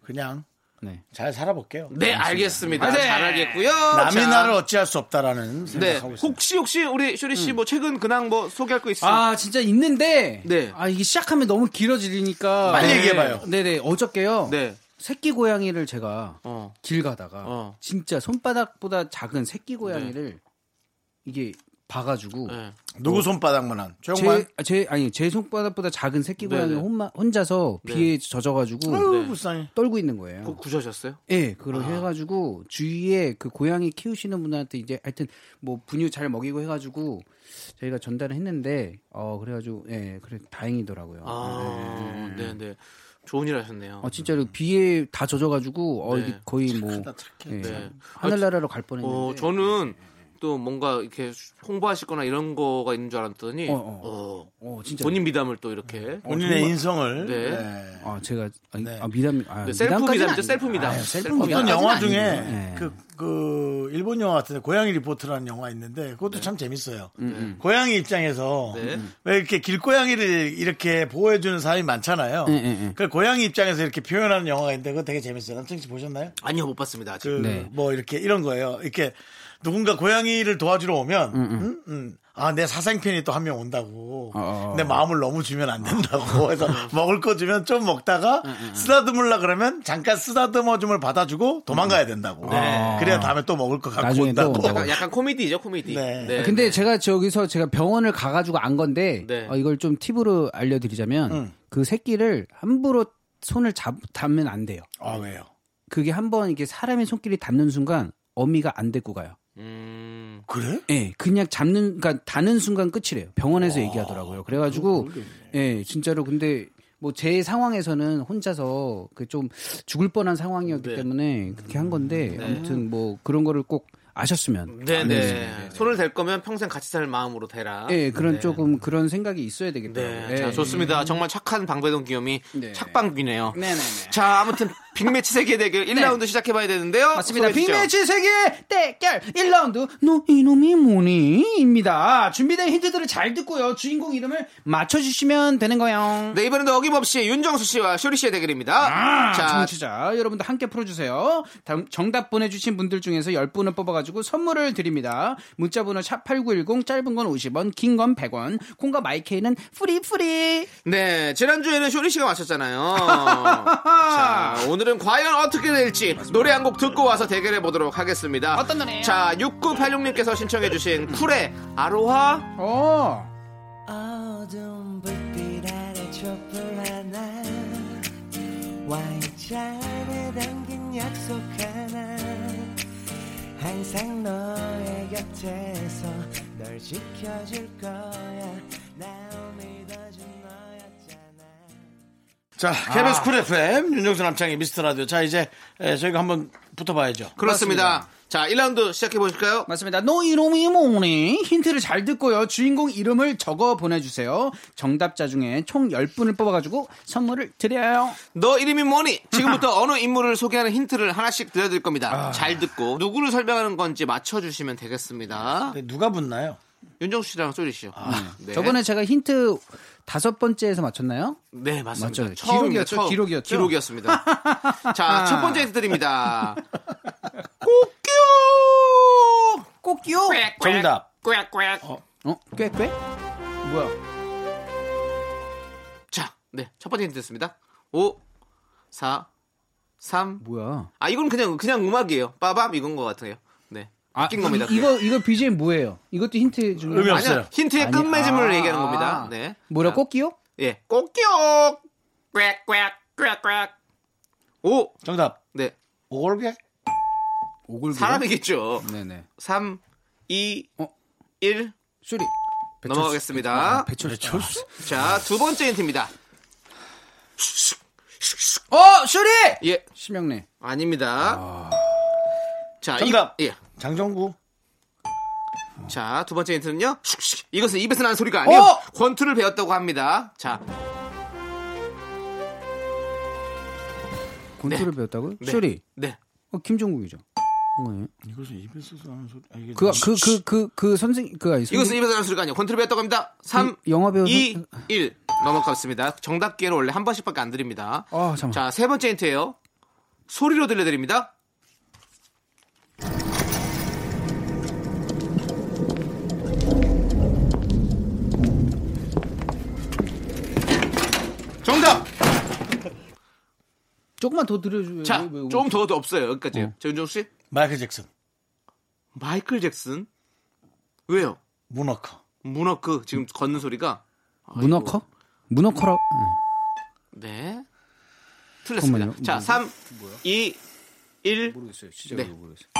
그냥 네. 잘 살아볼게요. 네, 알겠습니다. 잘 알겠고요. 남이 자, 나를 어찌할 수 없다라는 네. 생각하고 있습니다. 혹시 혹시 우리 쇼리 씨 뭐 최근 근황 뭐 소개할 거 있어요? 음. 아 진짜 있는데 네. 아 이게 시작하면 너무 길어지니까 빨리 얘기해봐요. 네네 어저께요 네. 새끼 고양이를 제가 어. 길 가다가 어. 진짜 손바닥보다 작은 새끼 고양이를 네. 이게 봐가지고 네. 누구 손바닥만한 조용만 제, 아, 제 아니 제 손바닥보다 작은 새끼 고양이 네네. 혼마, 혼자서 네. 비에 젖어가지고 아유 불쌍해. 떨고 있는 거예요. 그 구셔셨어요? 예, 아. 그걸 해가지고 주위에 그 고양이 키우시는 분한테 이제 하여튼 뭐 분유 잘 먹이고 해가지고 저희가 전달을 했는데 어 그래가지고 예, 그래 다행이더라고요. 아, 네, 네. 좋은 일 하셨네요. 아 진짜로 비에 다 젖어가지고 어 네. 이게 거의 뭐 예, 네. 하늘나라로 갈 뻔했는데. 어, 저는 또 뭔가 이렇게 홍보하시거나 이런 거가 있는 줄 알았더니 어, 어, 어. 어, 진짜. 본인 미담을 또 이렇게 어, 본인의 인성을 네. 네. 아 제가 아, 네. 아, 미담 아, 네, 셀프 미담까지는 미담이죠, 아니고. 셀프 미담. 네, 아, 셀프 셀프 어떤 미담. 영화 아니고. 중에 예. 그, 그 일본 영화 같은데 고양이 리포트라는 영화 있는데 그것도 참 재밌어요. 고양이 입장에서 음, 네. 왜 이렇게 길고양이를 이렇게 보호해 주는 사람이 많잖아요. 예, 예, 예. 그 고양이 입장에서 이렇게 표현하는 영화가 있는데 그거 되게 재밌어요. 남창 씨 보셨나요? 아니요, 못 봤습니다. 아직. 그 네. 뭐 이렇게 이런 거예요. 이렇게 누군가 고양이를 도와주러 오면 음, 음. 아, 내 사생팬이 또 한 명 온다고. 어, 어. 내 마음을 너무 주면 안 *laughs* 된다고. 그래서 먹을 거 주면 좀 먹다가 음, 쓰다듬으려 그러면 잠깐 쓰다듬어 줌을 받아주고 도망가야 된다고. 네. 그래야 다음에 또 먹을 거 갖고 나중에 또 온다고. 온다고. 약간, 약간 코미디죠, 코미디. 네. 네. 어. 아, 근데 제가 저기서 제가 병원을 가가지고 안 건데 네. 어, 이걸 좀 팁으로 알려드리자면 음. 그 새끼를 함부로 손을 잡 닿으면 안 돼요. 아, 왜요? 그게 한 번 이게 사람의 손길이 닿는 순간 어미가 안 데리고 가요. 음. 그래? 예, 그냥 잡는, 그러니까 다는 순간 끝이래요. 병원에서 얘기하더라고요. 그래가지고, 예, 진짜로 근데 뭐 제 상황에서는 혼자서 그 좀 죽을 뻔한 상황이었기 네. 때문에 그렇게 한 건데 아무튼 뭐 그런 거를 꼭 아셨으면. 네, 안 했으면. 네. 손을 댈 거면 평생 같이 살 마음으로 대라. 예, 그런 네. 조금 그런 생각이 있어야 되겠다. 예. 네. 자, 좋습니다. 정말 착한 방배동 귀염이 음. 네. 착방귀네요. 네네네. 네. 자, 아무튼 빅매치 세계 대결 1라운드 시작해봐야 되는데요. 맞습니다. 소개해 주시죠. 빅매치 세계 대결 1라운드 너 이놈이 뭐니?입니다. 준비된 힌트들을 잘 듣고요. 주인공 이름을 맞춰주시면 되는 거예요. 네, 이번에도 어김없이 윤정수 씨와 쇼리 씨의 대결입니다. 아, 자, 정치자 여러분들 함께 풀어주세요. 다음 정답 보내주신 분들 중에서 10분을 뽑아가지고 선물을 드립니다. 문자번호 샵8910 짧은 건 50원 긴 건 100원 콩과 마이케이는 프리프리 네, 지난주에는 쇼리 씨가 *laughs* 맞췄잖아요. 자, 오늘은 과연 어떻게 될지 노래 한 곡 듣고 와서 대결해 보도록 하겠습니다. 어떤 노래예요? 자, 6986님께서 신청해주신 쿨의 아로하. 어. 어두운 불빛 아래 촛불 하나 와인잔 안에 담긴 약속 하나 항상 너의 곁에서 널 지켜줄 거야 날 믿어준 너였잖아 자, KBS 쿨 FM, 윤정수 남창의 미스터 라디오. 자, 이제 에, 저희가 한번 붙어봐야죠. 그렇습니다. 자, 1라운드 시작해 보실까요? 맞습니다. 너 이놈이 뭐니? 힌트를 잘 듣고요. 주인공 이름을 적어 보내주세요. 정답자 중에 총 10분을 뽑아가지고 선물을 드려요. 너 이름이 뭐니? 지금부터 *laughs* 어느 인물을 소개하는 힌트를 하나씩 아. 드려드릴 겁니다. 잘 듣고 누구를 설명하는 건지 맞춰주시면 되겠습니다. 근데 누가 붙나요? 윤정수 씨랑 소리 씨요. 네. 아. 저번에 제가 힌트 다섯 번째에서 맞췄나요? 네 맞습니다. 맞죠? 처음입니다, 기록이었죠? 처음. 기록이었죠? 아. 기록이었습니다. *laughs* 자 첫 번째 힌트 드립니다. 꽃기요. 꼭요. 네. 정답. 꽥꽥. 어? 꽤 꽤? 뭐야? 자, 네. 첫 번째 힌트 됐습니다. 5, 4, 3. 뭐야? 아, 이건 그냥, 그냥 음악이에요. 빠밤 이건 것 같아요. 네. 웃긴 겁니다. 이, 거 이거 BGM 뭐예요? 이것도 힌트 중에 의미 아니요. 없어요. 네. 힌트의 아니, 끝맺음을 아, 얘기하는 아. 겁니다. 네. 뭐라 자, 꼭기요? 예. 꼭기옥! 꽥꽥, 꽥꽥. 5, 정답. 네. 오골게? 오글고. 사람이겠죠. 네네. 3, 2, 어? 1. 슈리. 넘어가겠습니다. 아, 배철수. 자, 두 번째 힌트입니다. 어 슈리. 예. 심영래. 아닙니다. 자, 이- 정답. 예. 장정구. 자, 두 번째 힌트는요. 슉슉. 이것은 입에서 나는 소리가 아니요. 어! 권투를 배웠다고 합니다. 자, 권투를 배웠다고요? 슈리. 네. 어 김종국이죠. 네. 이것은 입에서 나는 소리. 아, 이게 그그 그 그 그 선생 그 아니 이것은 입에서 나는 소리가 아니요. 권투를 배웠다고 합니다. 3, 이- 영화 배우 2, 선- 1. 넘어갔습니다. 정답 기회를 원래 한 번씩밖에 안 드립니다. 아 잠깐. 자, 세 번째 힌트예요. 소리로 들려드립니다. 정답! 조금만 더 들려줘요. 자, 왜- 왜- 좀 더 없어요. 여기까지. 요 정종 씨? 마이클 잭슨. 마이클 잭슨? 왜요? 문어커. 문어크 지금 걷는 소리가 문어커? 문어커라. 네 틀렸습니다. 잠깐만요. 자, 뭐- 3, 2, 1. 모르겠어요. 진짜 네. 모르겠어요.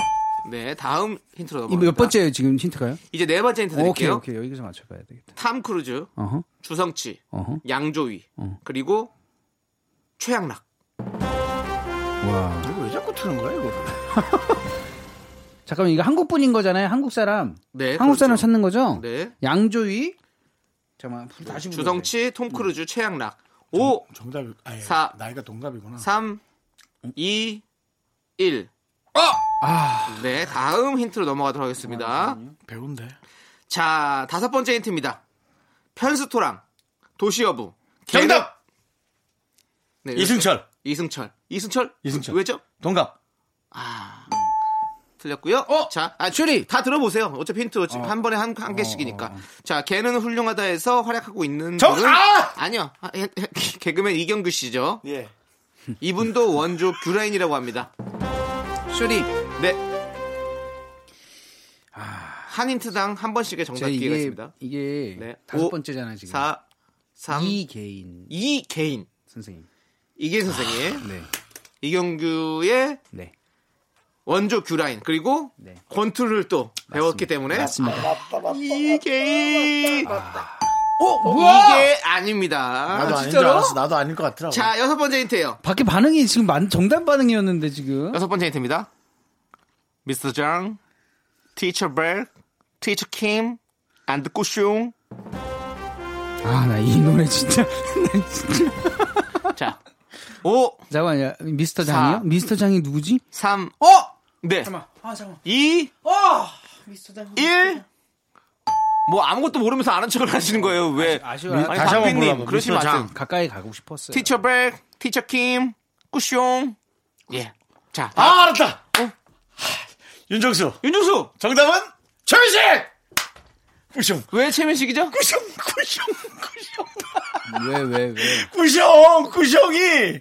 네, 다음 힌트로 이 넘어갑니다. 몇 번째예요 지금 힌트가요? 어, 이제 네 번째 힌트 오케이 드릴게요. 오케이 여기서 맞춰봐야 되겠다. 탐 크루즈, 어허 주성치, 어허. 양조위, 그리고 최양락. 와. 이거 왜 자꾸 트는 거야, 이거? 잠깐만 이거 한국 분인 거잖아요. 한국 사람. 네, 한국 사람 그렇죠. 찾는 거죠? 네. 양조위. 잠깐만 불- 다시 음. 불러야 주성치, 톰 크루즈, 최양락. 음. 5, 정답이 아예 사. 나이가 동갑이구나. 3, 2, 1. 아! 네, 다음 힌트로 넘어가도록 하겠습니다. 배운데. 자, 다섯 번째 힌트입니다. 편스토랑, 도시여부. 정답! 네, 이승철. 이승철. 이승철? 이승철. 왜죠? 동갑. 틀렸고요. 자, 아, 추리 다 들어보세요. 어차피 힌트 지금 한 번에 한, 한 개씩이니까. 자, 걔는 훌륭하다에서 활약하고 있는 정- 분은 아! 아니요. 아, 예, 예, *laughs* 개그맨 이경규 씨죠. 예. 이분도 원조 규라인이라고 합니다. 돼. 슈리. 네. 한 힌트당 한 번씩의 정답 제가 기회가 이게 있습니다. 이게 네. 다섯 오, 번째잖아요 지금. 4, 3, 이 2, 개인 개인. 선생님. 이게 선생님. 네. 이경규의 네. 원조 규라인 그리고 네. 권투를 또 배웠기 때문에 맞습니다. 이게 아, 어 이게 아닙니다. 나도 아, 닌줄 진짜로? 알았어. 나도 아닐 것 같더라고. 자 여섯 번째 힌트예요. 밖에 반응이 지금 만, 정답 반응이었는데 지금. 여섯 번째 힌트입니다. 미스터 장, 티처 벨, 티처 킴, 안드 꾸슝. 아 나 이 노래 진짜. *laughs* 나 진짜. 자, 5, 잠깐만요. 미스터 장이요? 사. 미스터 장이 누구지? 3, 어! 네, 잠깐만. 아 잠깐만. 2, 어! 미스터 장. 1. 뭐 아무것도 모르면서 아는 척을 하시는 거예요. 왜? 아쉬워요. 아니, 다시 한번 박빈님, 불러봐. 그러지 미스터 마세요. 장. 가까이 가고 싶었어요. 티처 벨, 티처 킴, 꾸숑. 예. 자, 아, 알았다! 하, 윤정수. 윤종수 정답은? 최민식! 구숑, 왜 구숑, 최민식이죠? 구숑, 구숑. 왜 왜 왜? 구숑, 구숑이.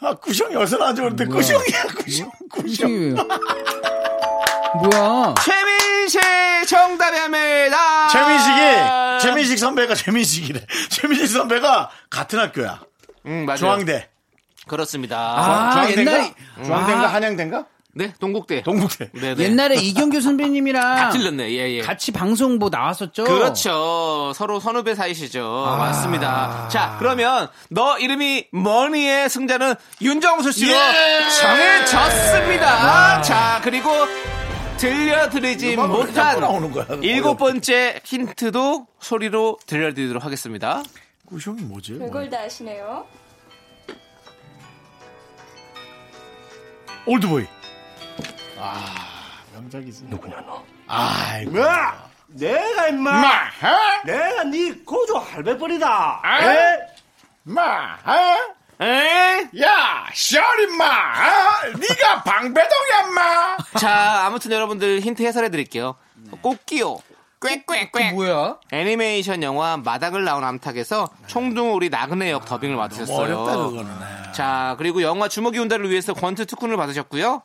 아, 구숑이 어디서 나왔지 모르는데, 뭐야? 구숑이야, 구숑, 구숑. 이게 뭐야? 최민식 정답입니다. 아. 음, 최민식이, 최민식 선배가 최민식이래. 최민식 선배가 같은 학교야. 음, 맞아요. 중앙대. 어, 그렇습니다. 아, 중앙대인가? 옛날에- 중앙대인가? 아. 한양대인가? 네, 동국대. 동국대. 네, 네. 옛날에 이경규 다 선배님이랑 틀렸네. 예, 예. 같이 방송 뭐 나왔었죠? 그렇죠. 서로 선후배 사이시죠. 아. 맞습니다. 자, 그러면 너 이름이 머니의 승자는 윤정수 씨로 예! 정해졌습니다. 자, 그리고 들려드리지 음악은 왜 자꾸 못한 나오는 아, 거야? 일곱 번째 힌트도 소리로 들려드리도록 하겠습니다. 구숑이 뭐지? 별걸 다 하시네요. 올드보이. 아, 명작이지. 누구냐, 너? 아이고. 내가 임마 마, 해? 내가 네 고조 할배뿐이다 아. 에? 마, 해? 에이? 야, 시어리 마, 어? 네가 방배동이야 마. 자, 아무튼 여러분들 힌트 해설해 드릴게요. 네. 꽃기요. 꽥꽥꽥. 뭐야? 애니메이션 영화 마당을 나온 암탉에서 총동우리 나그네 역 더빙을 맡으셨어요. 네. 아, 어렵다 그거는. 네. 자, 그리고 영화 주먹이 온다를 위해서 권트 특훈을 받으셨고요.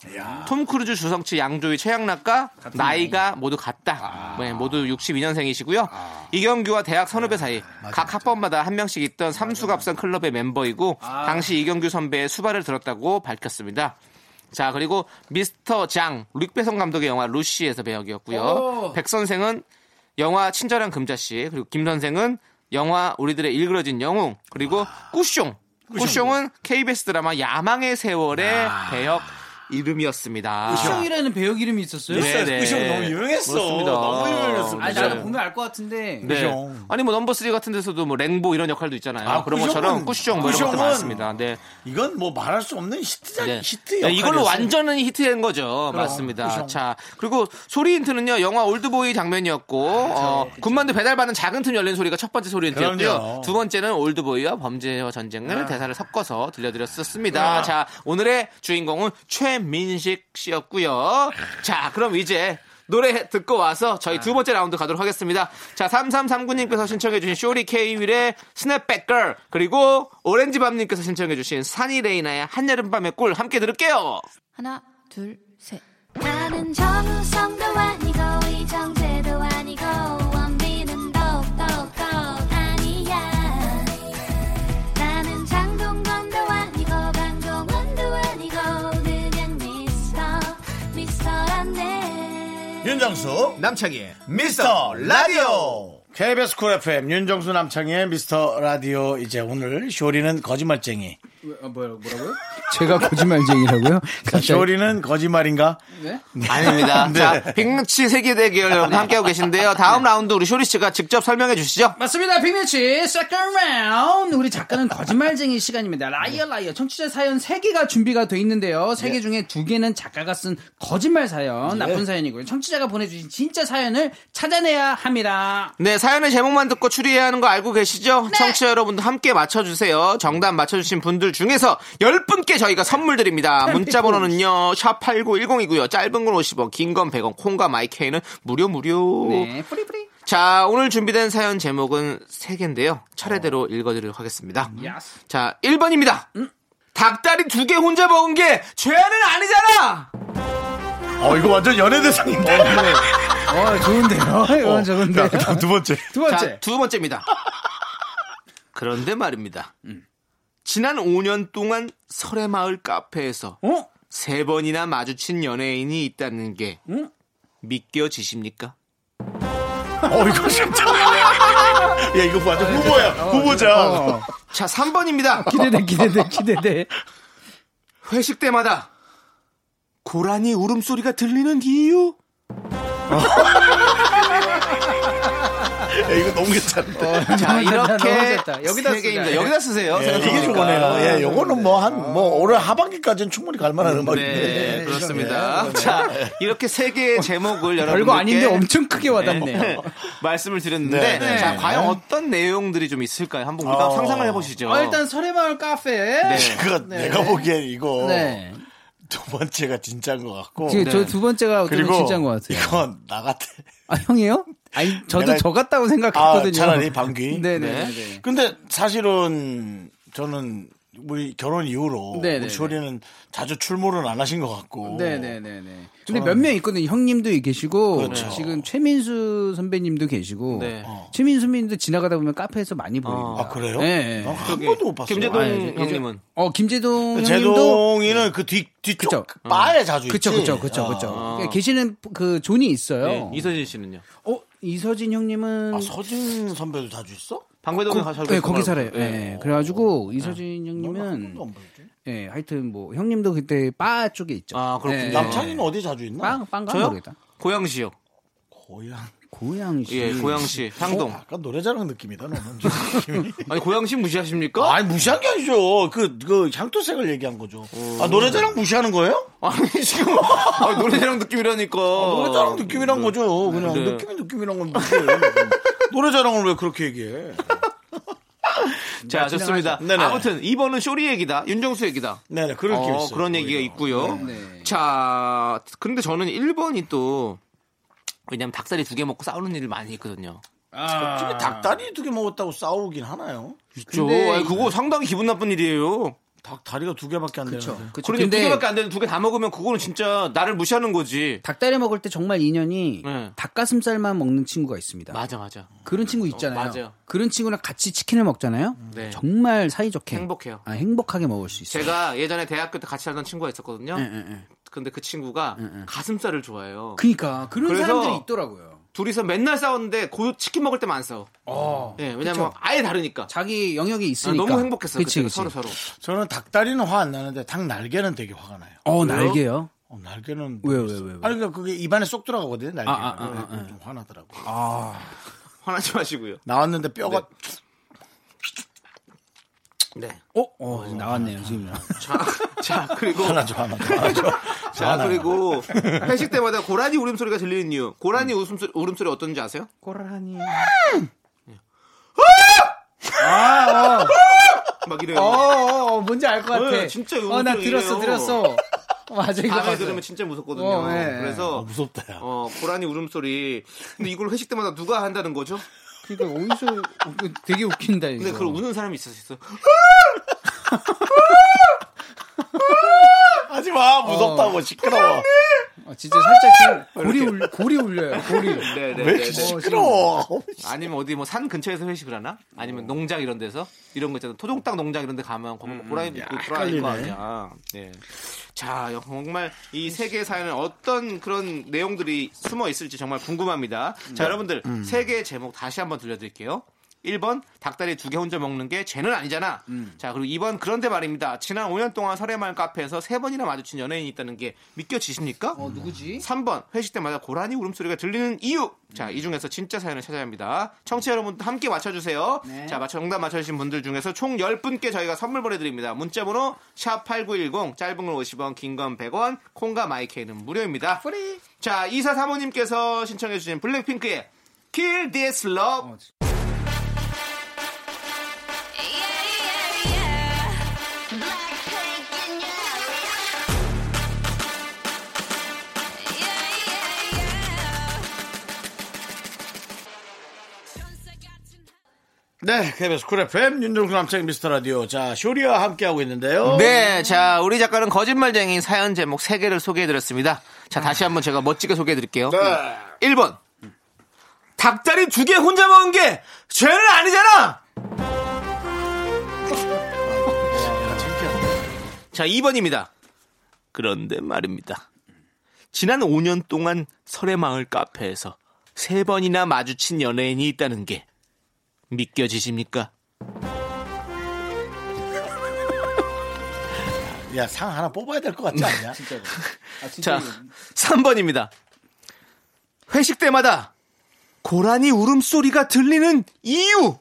톰 크루즈 주성치 양조위 최양락과 나이가 모두 같다. 아. 네, 모두 62년생이시고요. 이경규와 대학 네, 선후배 사이 각 학번마다 한 명씩 있던 삼수갑산 클럽의 멤버이고 아. 당시 이경규 선배의 수발을 들었다고 밝혔습니다. 자 그리고 미스터 장 릭배송 감독의 영화 루시에서 배역이었고요. 백 선생은 영화 친절한 금자씨 그리고 김 선생은 영화 우리들의 일그러진 영웅 그리고 꾸숑 꾸숑은 KBS 드라마 야망의 세월의 배역 이름이었습니다. 꾸숑이라는 배역 이름이 있었어요? 네, 네. 꾸숑 너무 유명했어. 그렇습니다. 너무 유명했어. 아니 맞아요. 나도 보면 알 것 같은데. 네. 아니 뭐 넘버 3 같은 데서도 뭐 랭보 이런 역할도 있잖아요. 그런 꾸숑은- 것처럼 꾸숑 뭐 이런 꾸숑은- 것도 많습니다. 네. 이건 뭐 말할 수 없는 히트작 네. 히트 네, 역 이걸로 완전히 히트된 거죠. 맞습니다. 자, 그리고 소리 힌트는요, 영화 올드보이 장면이었고, 어, 군만두 배달받는 작은 틈 열린 소리가 첫 번째 소리 힌트였고요. 그럼요. 네. 두 번째는 올드보이와 범죄와 전쟁을 대사를 섞어서 들려드렸었습니다. 아. 자, 오늘의 주인공은 최민식 씨였고요. 자, 그럼 이제. 노래 듣고 와서 저희 두 번째 라운드 가도록 하겠습니다. 자, 3339님께서 신청해주신 쇼리 케이윌의 스냅백걸, 그리고 오렌지밤님께서 신청해주신 산이레이나의 한여름밤의 꿀 함께 들을게요. 하나, 둘, 셋. 나는 정우성도 아니고 이정재도 아니고 원빈은 더욱더 아니야 나는 장동건도 아니고 강동원도 아니고 그냥 미스터 미스터란데 윤정수 남창희의 미스터 라디오 KBS 쿨 FM 윤정수 남창의 미스터 라디오 이제 오늘 쇼리는 거짓말쟁이 아, 제가 거짓말쟁이라고요? 쇼리는 거짓말인가? 아닙니다. *laughs* 네. 자, 빅매치 세계 대결 여러분 함께하고 계신데요. 다음 라운드 우리 쇼리 씨가 직접 설명해 주시죠. 맞습니다. 빅매치 세컨 라운드 우리 작가는 거짓말쟁이 시간입니다. 라이어 라이어 청취자 사연 3개가 준비가 돼 있는데요. 3개 중에 2개는 작가가 쓴 거짓말 사연, 나쁜 사연이고요. 청취자가 보내주신 진짜 사연을 찾아내야 합니다. 네, 사연의 제목만 듣고 추리해야 하는 거 알고 계시죠? 청취자 여러분도 함께 맞춰주세요. 정답 맞춰주신 분들 중에서 10분께 저희가 선물 드립니다. 문자 번호는요, 샵8910이고요. 짧은 건 50원, 긴 건 100원, 콩과 마이케이는 무료, 무료. 네, 뿌리뿌리. 자, 오늘 준비된 사연 제목은 3개인데요. 차례대로 읽어드리도록 하겠습니다. 야스. 자, 1번입니다. 닭다리 두 개 혼자 먹은 게 죄는 아니잖아! 어 이거 완전 연예 대상인데 네, 어, 좋은데요? 이건 좋은데. 다음 두 번째 두 자, 번째. *laughs* 두 번째입니다. 그런데 말입니다. 음. 지난 5년 동안 설의 마을 카페에서 어? 세 번이나 마주친 연예인이 있다는 게 응? 믿겨지십니까? 음? 어 이거 *laughs* 진짜 야 이거 완전 후보야 후보자 어, 자, 3번입니다. 기대돼, 기대돼, *laughs* 기대돼. 회식 때마다 고라니 울음소리가 들리는 이유? 야 이거 너무 괜찮은데 *laughs* 자, 이렇게 여기다 넘어졌다. 여기다 쓰자. 쓰자. 여기다 쓰세요. 예, 이게 생각해보니까. 좋네요 예 요거는 뭐 한 뭐 올해 하반기까지는 충분히 갈만한 음악인데 네, 그렇습니다. *laughs* 자, 이렇게 세 개의 제목을 여러분께 별거 아닌데 엄청 크게 어. 와닿네요. *laughs* 말씀을 드렸는데 네, 네. 자 과연 어떤 내용들이 좀 있을까요? 한번 우리가 어. 상상을 해보시죠. 어, 일단 설해마을 카페. 네. *laughs* 그거 내가 보기엔 이거 네. 두 번째가 진짜인 것 같고 지금 저두 번째가 어떤 어. 네. 그리고 진짜인 것 같아요. 이건 나 같아 아 형이에요? 아니 저도 내가- 저 같다고 생각했거든요. 아, 차라리 방귀? *laughs* 네네. 근데 사실은 저는 우리 결혼 이후로 네, 네, 우리 쇼리는 자주 출몰은 안 하신 것 같고 네네네네. 근데 몇 명 있거든요. 형님도 계시고 어. 그렇죠. 지금 최민수 선배님도 계시고 어. 네. 최민수 선배님도 지나가다 보면 카페에서 많이 보입니다. 아 그래요? 네. 난한 저기 번도 못 봤어요. 김재동 아니, 형님은 어 김재동 형님도 그 제동이는 그뒤 뒤쪽 그쵸. 바에 자주 있지. 그쵸 그쵸 그쵸 아. 그쵸. 그러니까 계시는 그 존이 있어요. 네, 이서진 씨는요. 어 이서진 형님은 아 서진 선배도 자주 있어? 방배동 거, 에 가서 네, 거기 살아요. 네. 어. 그래가지고 네. 이서진 형님은 예 하여튼 뭐 형님도 그때 바 쪽에 있죠. 아, 그렇군요. 뭐 예, 남창이는 어디 자주 있나? 빵, 빵가 저요? 모르겠다. 고양시요. 고향 고양시. 예, 고양시 향동. 어, 약간 노래자랑 느낌이다 *laughs* 너는. 지금 느낌이. 아니 고양시 무시하십니까? 아니 무시한 게 아니죠. 그 그 향토색을 얘기한 거죠. 아 노래자랑 무시하는 거예요? *laughs* 아니 지금 아, 노래자랑 느낌이라니까. 어, 노래자랑 느낌이란 거죠. 그냥 어. 네. 느낌이 느낌이란 건 무시해요. *laughs* 노래자랑을 왜 그렇게 얘기해? 자 좋습니다. 네네. 아무튼 이번은 쇼리 얘기다, 윤정수 얘기다. 네네 그럴 게 어, 있어요. 그런 얘기가 있고요. 자, 그런데 저는 1번이 또 왜냐면 닭다리 두 개 먹고 싸우는 일이 많이 있거든요. 아. 특히 닭다리 두 개 먹었다고 싸우긴 하나요? 그죠? 근데- 아니, 그거 상당히 기분 나쁜 일이에요. 닭 다리가 두 개밖에 안 되는데. 그쵸. 그러니두 근데 개밖에 안 되는 두 개 다 먹으면 그거는 진짜 나를 무시하는 거지. 닭다리 먹을 때 정말 인연이 네. 닭가슴살만 먹는 친구가 있습니다. 맞아, 맞아. 그런 친구 있잖아요. 어, 맞아요. 그런 친구랑 같이 치킨을 먹잖아요. 네. 정말 사이좋게 행복해요. 아, 행복하게 먹을 수 있어요. 네. 제가 예전에 대학교 때 같이 살던 친구가 있었거든요. 예, 예, 예. 근데 그 친구가 가슴살을 좋아해요. 그러니까 그런 그래서- 사람들이 있더라고요. 둘이서 맨날 싸웠는데 고 치킨 먹을 때만 안 싸워. 예, 왜냐면 아예 다르니까. 자기 영역이 아, 있으니까 너무 행복했어요. 그치, 그때 그치. 서로 서로. *laughs* 저는 닭다리는 화 안 나는데 닭 날개는 되게 화가 나요. 어 날개요. 어, 날개는 왜요, 왜요, 왜요? 아니 그러니까 그게 입안에 쏙 들어가거든요. 날개. 아, 아, 아, 좀 화나더라고. 요 화나지 마시고요. 나왔는데 뼈가 네. 어, 어 지금 나왔네요 지금. 자, 자 그리고 아, 화나죠, 화나죠, 화나죠. 자 그리고 회식 때마다 고라니 울음소리가 들리는 이유. 고라니 웃음소리, 울음소리 어떤지 아세요? 꼬라니. 아! 막 이래요. 어, 어, 어, 뭔지 알 것 같아. 네, 진짜 이거 어, 나 무슨 일이에요? 들었어, 들었어. 맞아, 이거 밤에 맞아. 들으면 진짜 무섭거든요. 어, 네. 그래서 무섭다. 야. 어, 고라니 울음소리. 근데 이걸 회식 때마다 누가 한다는 거죠? 그러니까 어디서 되게 웃긴다 이거. 근데 그걸 우는 사람이 있었어. 하지 마 무섭다고 시끄러워. 어, 진짜 살짝 지금 고리 울 고리 울려요. 고리. 어, 네, 네, 왜 네, 이렇게 네. 시끄러워? 아니면 어디 뭐 산 근처에서 회식을 하나? 어. 아니면 농장 이런 데서 이런 거 있잖아. 토종 땅 농장 이런 데 가면 음, 고라니 있고 돌아다닐 거 헷갈리네. 아니야. 네. 자, 정말 이 세 개의 사연은 어떤 그런 내용들이 숨어 있을지 정말 궁금합니다. 네. 자, 여러분들 음. 세 개의 제목 다시 한번 들려드릴게요. 1번 닭다리 두 개 혼자 먹는 게 죄는 아니잖아. 음. 자 그리고 2번 그런데 말입니다. 지난 5년 동안 설해마을 카페에서 세 번이나 마주친 연예인이 있다는 게 믿겨지십니까? 어 누구지? 3번 회식 때마다 고라니 울음소리가 들리는 이유 자 이 중에서 진짜 사연을 찾아야 합니다 청취자 여러분도 함께 맞춰주세요 네. 자 맞춰 정답 맞춰주신 분들 중에서 총 10분께 저희가 선물 보내드립니다 문자번호 샵8910 짧은 건 50원 긴 건 100원 콩과 마이케이는 무료입니다 자 이사 사모님께서 신청해주신 블랙핑크의 Kill This Love 네, KBS 쿨 FM 윤종수 남창 미스터 라디오 자 쇼리와 함께 하고 있는데요. 네, 자 우리 작가는 거짓말쟁이 사연 제목 3개를 소개해드렸습니다. 자 다시 한번 제가 멋지게 소개해드릴게요. 음. 1번 닭다리 두 개 혼자 먹은 게 죄는 아니잖아. 자 2번입니다. 그런데 말입니다. 지난 5년 동안 설해마을 카페에서 세 번이나 마주친 연예인이 있다는 게 믿겨지십니까? 야 상 하나 뽑아야 될 것 같지 *laughs* 않냐? 자, 3번입니다. 회식 때마다 고라니 울음소리가 들리는 이유!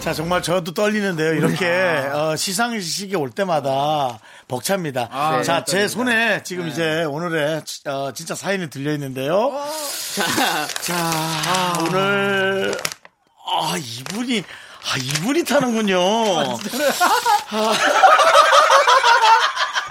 자 정말 저도 떨리는데요. 이렇게 음. 아. 어, 시상식이 올 때마다 벅찹니다. 아, 네, 자 제 손에 지금 이제 오늘의 치- 어, 진짜 사인이 들려 있는데요. 어. 자, 아, 오늘 아 이분이 아 이분이 타는군요. 아. *laughs*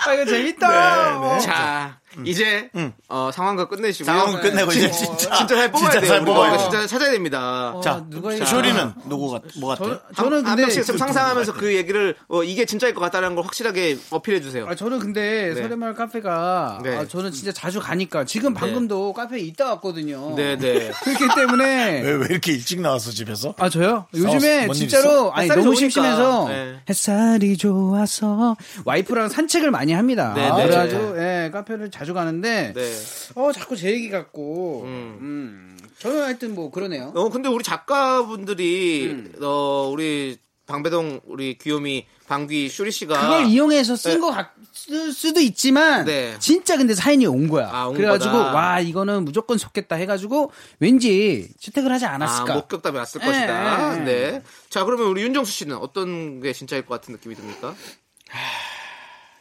아 이거 재밌다. 네, 네. 자, 이제, 어, 상황과 끝내시고요. 네. 상황 끝내고 이제 진짜 진짜 잘 뽑아야 진짜 돼요. 잘 우리가 뽑아야 이거 돼요. 진짜 찾아야 됩니다. 자 어, 누가 이거- 쇼리는 누구가 뭐 같아요? 저는 네? 한 근데 명씩 좀 상상하면서 그 얘기를 어, 이게 진짜일 것 같다는 걸 확실하게 어필해 주세요. 아 저는 근데 네. 설레마을 카페가 네. 아, 저는 진짜 자주 가니까 지금 방금도 카페에 있다 왔거든요. 네, 네. *laughs* 그렇기 때문에 왜, 왜 이렇게 일찍 나왔어 집에서? 아 저요? 싸웠어? 요즘에 뭔일 진짜로 아니 햇살이 너무 좋으니까. 심심해서 네. 햇살이 좋아서 와이프랑 산책을 많이 합니다. 네, 네. 그래가지고 예, 카페를 자주 가는데 네. 어 자꾸 제 얘기 같고 음. 저는 하여튼 뭐 그러네요. 음. 어, 근데 우리 작가분들이, 어, 우리 방배동 우리 귀요미 방귀 슈리 씨가 그걸 이용해서 쓴 네. 거 같, 쓸 수도 있지만 네. 진짜 근데 사인이 온 거야. 아, 온 그래가지고 거다. 와 이거는 무조건 속겠다 해가지고 왠지 채택을 하지 않았을까. 아, 목격담이 왔을 예, 것이다. 예, 예. 네. 자, 그러면 우리 윤정수 씨는 어떤 게 진짜일 것 같은 느낌이 듭니까?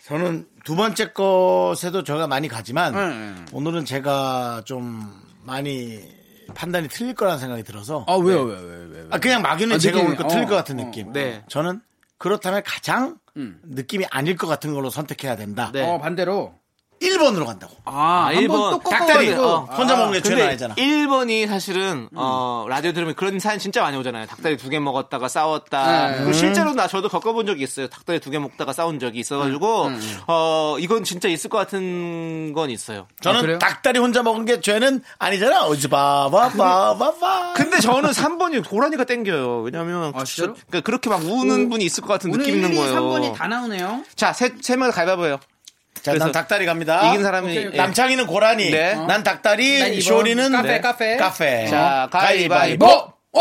저는 두 번째 것에도 제가 많이 가지만 네. 오늘은 제가 좀 많이 판단이 틀릴 거라는 생각이 들어서 아 왜요 왜요 왜요 왜요. 아, 그냥 막연히 아, 제가 느낌이- 오늘 거 틀릴 어, 것 같은 느낌. 네. 저는 그렇다면 가장 느낌이 아닐 것 같은 걸로 선택해야 된다. 네. 어 반대로 1번으로 간다고. 아, 한번 일본 또 닭다리. 꺾어가지고. 어. 혼자 먹는 게 죄는 아니잖아. 1번이 사실은 어, 라디오 들으면 그런 사연 진짜 많이 오잖아요. 닭다리 두 개 먹었다가 싸웠다. 네. 그리고 실제로 나 저도 겪어본 적이 있어요. 닭다리 두 개 먹다가 싸운 적이 있어가지고 어, 이건 진짜 있을 것 같은 건 있어요. 아, 저는 그래요? 닭다리 혼자 먹은 게 죄는 아니잖아. 어지 바바바바바. 근데 저는 3번이 고라니가 땡겨요. 왜냐면 아, 진짜로? 그렇게막 우는 분이 있을 것 같은 오늘 느낌 있는 1, 2, 거예요. 3번이 다 나오네요. 자, 세, 세 명을 가위바위보예요. 자, 그래서 난 닭다리 갑니다. 이긴 사람이 아, 오케이, 예. 오케이. 남창이는 고라니. 어? 네. 난 난 닭다리. 이번. 쇼리는 카페, 네. 카페. 카페. 자, 가위바위보. 뭐? 어?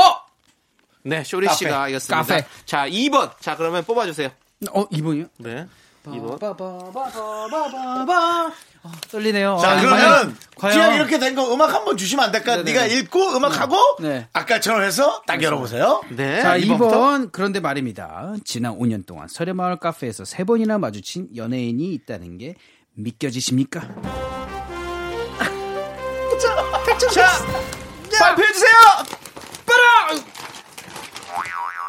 네, 쇼리 카페. 씨가 이겼습니다. 카페. 자, 2번. 자, 그러면 뽑아주세요. 어 2번이요? 네. 2번. 빠바바바바바바. 어, 떨리네요. 자, 아, 그러면 과연- 그냥 이렇게 된 거 음악 한번 주시면 안 될까? 네네. 네가 읽고 음악하고 네. 아까처럼 해서 딱 열어보세요. 네. 자, 이번부터 2번 그런데 말입니다. 지난 5년 동안 서래마을 카페에서 세 번이나 마주친 연예인이 있다는 게 믿겨지십니까? 네. 발표해주세요!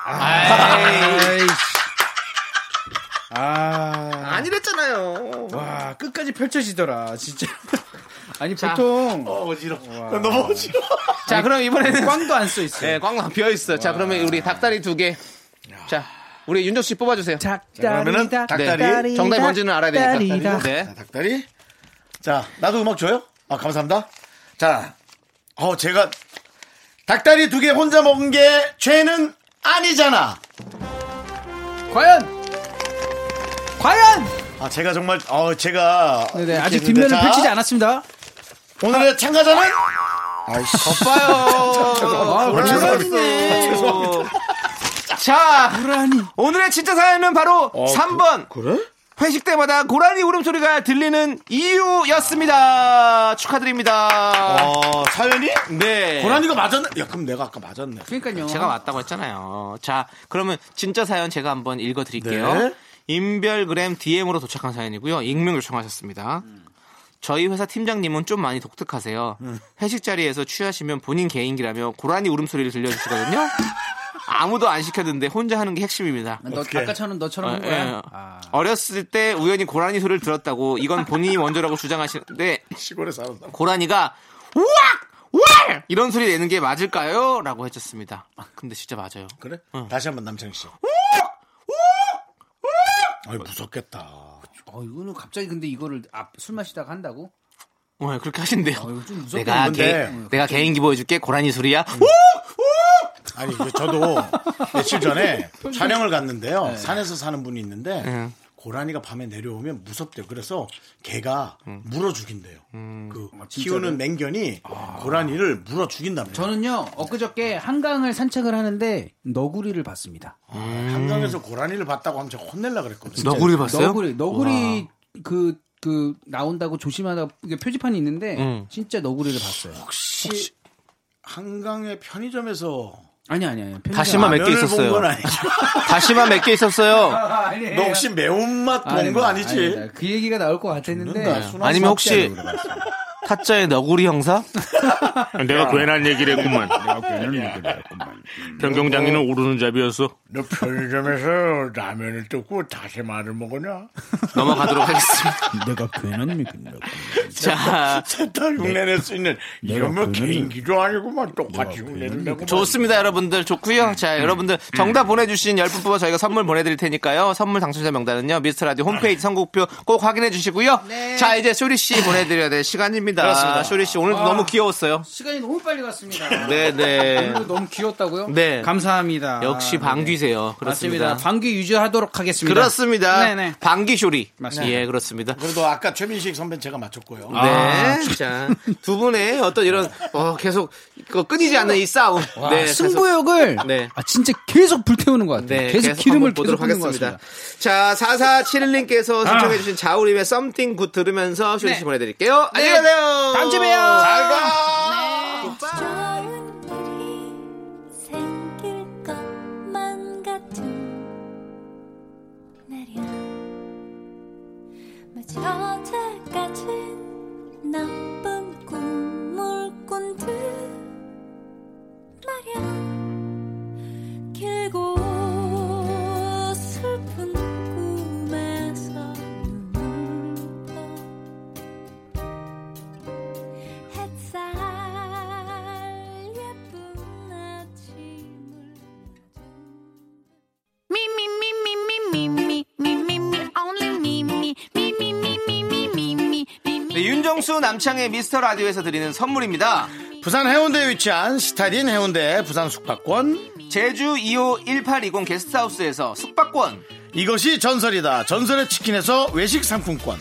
아이씨. 아, 아니랬잖아요. 와 끝까지 펼쳐지더라 진짜. *laughs* 어. 아니 자. 보통 나 너무 싫어. 자, 그럼 이번에는. 꽝도 안 써 있어요. 네, 꽝 비어있어요. 자, 그러면 우리 닭다리 두 개. 자, 우리 윤정 씨 뽑아주세요. 네. 닭다리, 닭- 닭다리. 정답이 뭔지는 알아야 되니까. 닭다리다. 네. 자, 닭다리. 자, 나도 음악 줘요? 아, 감사합니다. 자, 어, 제가 닭다리 두 개 혼자 먹은 게 죄는 아니잖아. 과연 과연 아, 제가 정말, 어, 제가. 네네, 아직 뒷면을 자, 펼치지 않았습니다. 오늘의 참가자는? 아. 아이씨. 봐요. 아, 죄송합니다. 자, 고라니. 오늘의 진짜 사연은 바로 3번. 그래? 회식 때마다 고라니 울음소리가 들리는 이유였습니다. 축하드립니다. 어, 사연이? 네. 고난이가 맞았네? 야, 그럼 내가 아까 맞았네. 그러니까요. 제가 맞다고 했잖아요. 자, 그러면 진짜 사연 제가 한번 읽어드릴게요. 네. 인별그램 DM으로 도착한 사연이고요. 익명 요청하셨습니다. 저희 회사 팀장님은 좀 많이 독특하세요. 회식 자리에서 취하시면 본인 개인기라며 고라니 울음소리를 들려주시거든요. 아무도 안 시켰는데 혼자 하는 게 핵심입니다. 너 오케이. 아까처럼 너처럼 한 어, 예, 거야. 예. 아. 어렸을 때 우연히 고라니 소리를 들었다고 이건 본인이 원조라고 주장하시는데 시골에 살았나? 고라니가 우악! 우악! 이런 소리 내는 게 맞을까요? 라고 해줬습니다. 아, 근데 진짜 맞아요. 그래? 다시 한번 남창희 씨. 어? 아이, 무섭겠다. 어, 이거는 갑자기 근데 이거를 앞, 술 마시다가 한다고? 어, 그렇게 하신대요. 아, 이거 어, 좀 무섭다. 내가, 근데. 개, 내가 개인기 보여줄게. 고라니 소리야. 음. 아니 이제 저도 며칠 전에 촬영을 갔는데요. 산에서 사는 분이 있는데 네. 고라니가 밤에 내려오면 무섭대요. 그래서 개가 물어 죽인대요. 그 키우는 맹견이 고라니를 물어 죽인다며. 요 저는요, 엊그저께 한강을 산책을 하는데 너구리를 봤습니다. 한강에서 고라니를 봤다고 하면 제가 혼낼라 그랬거든요. 너구리 봤어요? 너구리, 너구리 그, 그, 나온다고 조심하다, 이게 표지판이 있는데, 음. 진짜 너구리를 봤어요. 혹시 한강의 편의점에서 아니, 아니, 아니. 편의점 다시마 몇 개 라면을 본 있었어요. 건 아니죠? 다시마 몇 개 있었어요. 아, 아니에요. 너 혹시 매운맛 본 거 아닙니다. 네. 아니지? 아닙니다. 그 얘기가 나올 것 같았는데. 죽는다, 순환 아니면 혹시 타짜의 너구리 형사? 내가 괜한 얘기를 했구만. 변경장이는 오르는 잡이었어. 너 편의점에서 라면을 뜯고 다시마를 *laughs* 먹으냐? 넘어가도록 하겠습니다. *laughs* 내가 괜한 얘기인가 자, 다 흉내낼 수 있는 이런 뭐 개인기도 아니고 막 똑같이 흉내를 내고 좋습니다, 여러분들. 좋고요. 음. 자, 여러분들 정답 보내주신 10분 뽑아 저희가 선물 보내드릴 테니까요. 선물 당첨자 명단은요. 미스터라디오 홈페이지 선곡표 꼭 확인해 주시고요. 자, 이제 쇼리씨 보내드려야 될 시간입니다. 네. 그렇습니다. 아. 쇼리씨 오늘도 너무 귀여웠어요. 시간이 너무 빨리 갔습니다. 네네. 너무 귀엽다고요? 네. 감사합니다. 역시 네. 방귀 분이세요. 그렇습니다. 맞습니다. 방귀 유지하도록 하겠습니다. 그렇습니다. 네네. 방귀쇼리. 맞습니다. 아, 예, 그렇습니다. 그래도 아까 최민식 선배 제가 맞췄고요. 네. 자, 두 분의 어떤 이런, 어, 계속 그 끊이지 않는 이 싸움. 네. 계속- 승부욕을 네. 아, 진짜 계속 불태우는 것 같아요. 네, 계속, 계속 기름을 한번 보도록 계속 붓는 것 하겠습니다. 같습니다. 아. 자, 4471님께서 신청해주신 자우림의 썸띵 굿 들으면서 네. 쇼리 씨 보내드릴게요. 안녕히 가세요. 다음 주에 봬요. 잘 가. 좋은 일이 생길 것만 같은 날이야 마치 어제까진 나쁜 꿈을 꾼 듯 말이야 길고 슬픈 꿈에서 눈물 떠 햇살 예쁜 아침을 맞은 네, 윤정수 남창의 미스터 라디오에서 드리는 선물입니다. 부산 해운대에 위치한 스타딘 해운대 부산 숙박권. 제주 2호 1820 게스트하우스에서 숙박권. 이것이 전설이다. 전설의 치킨에서 외식 상품권.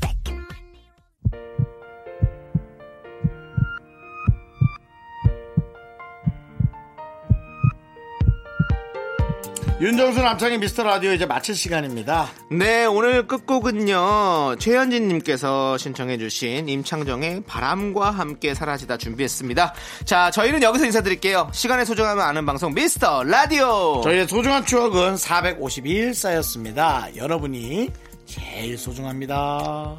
and my 윤정수 남창의 미스터 라디오 이제 마칠 시간입니다. 네, 오늘 끝곡은요. 최현진 님께서 신청해 주신 임창정의 바람과 함께 사라지다 준비했습니다. 자, 저희는 여기서 인사드릴게요. 시간의 소중함을 아는 방송 미스터 라디오. 저희의 소중한 추억은 452일 쌓였습니다. 여러분이 제일 소중합니다.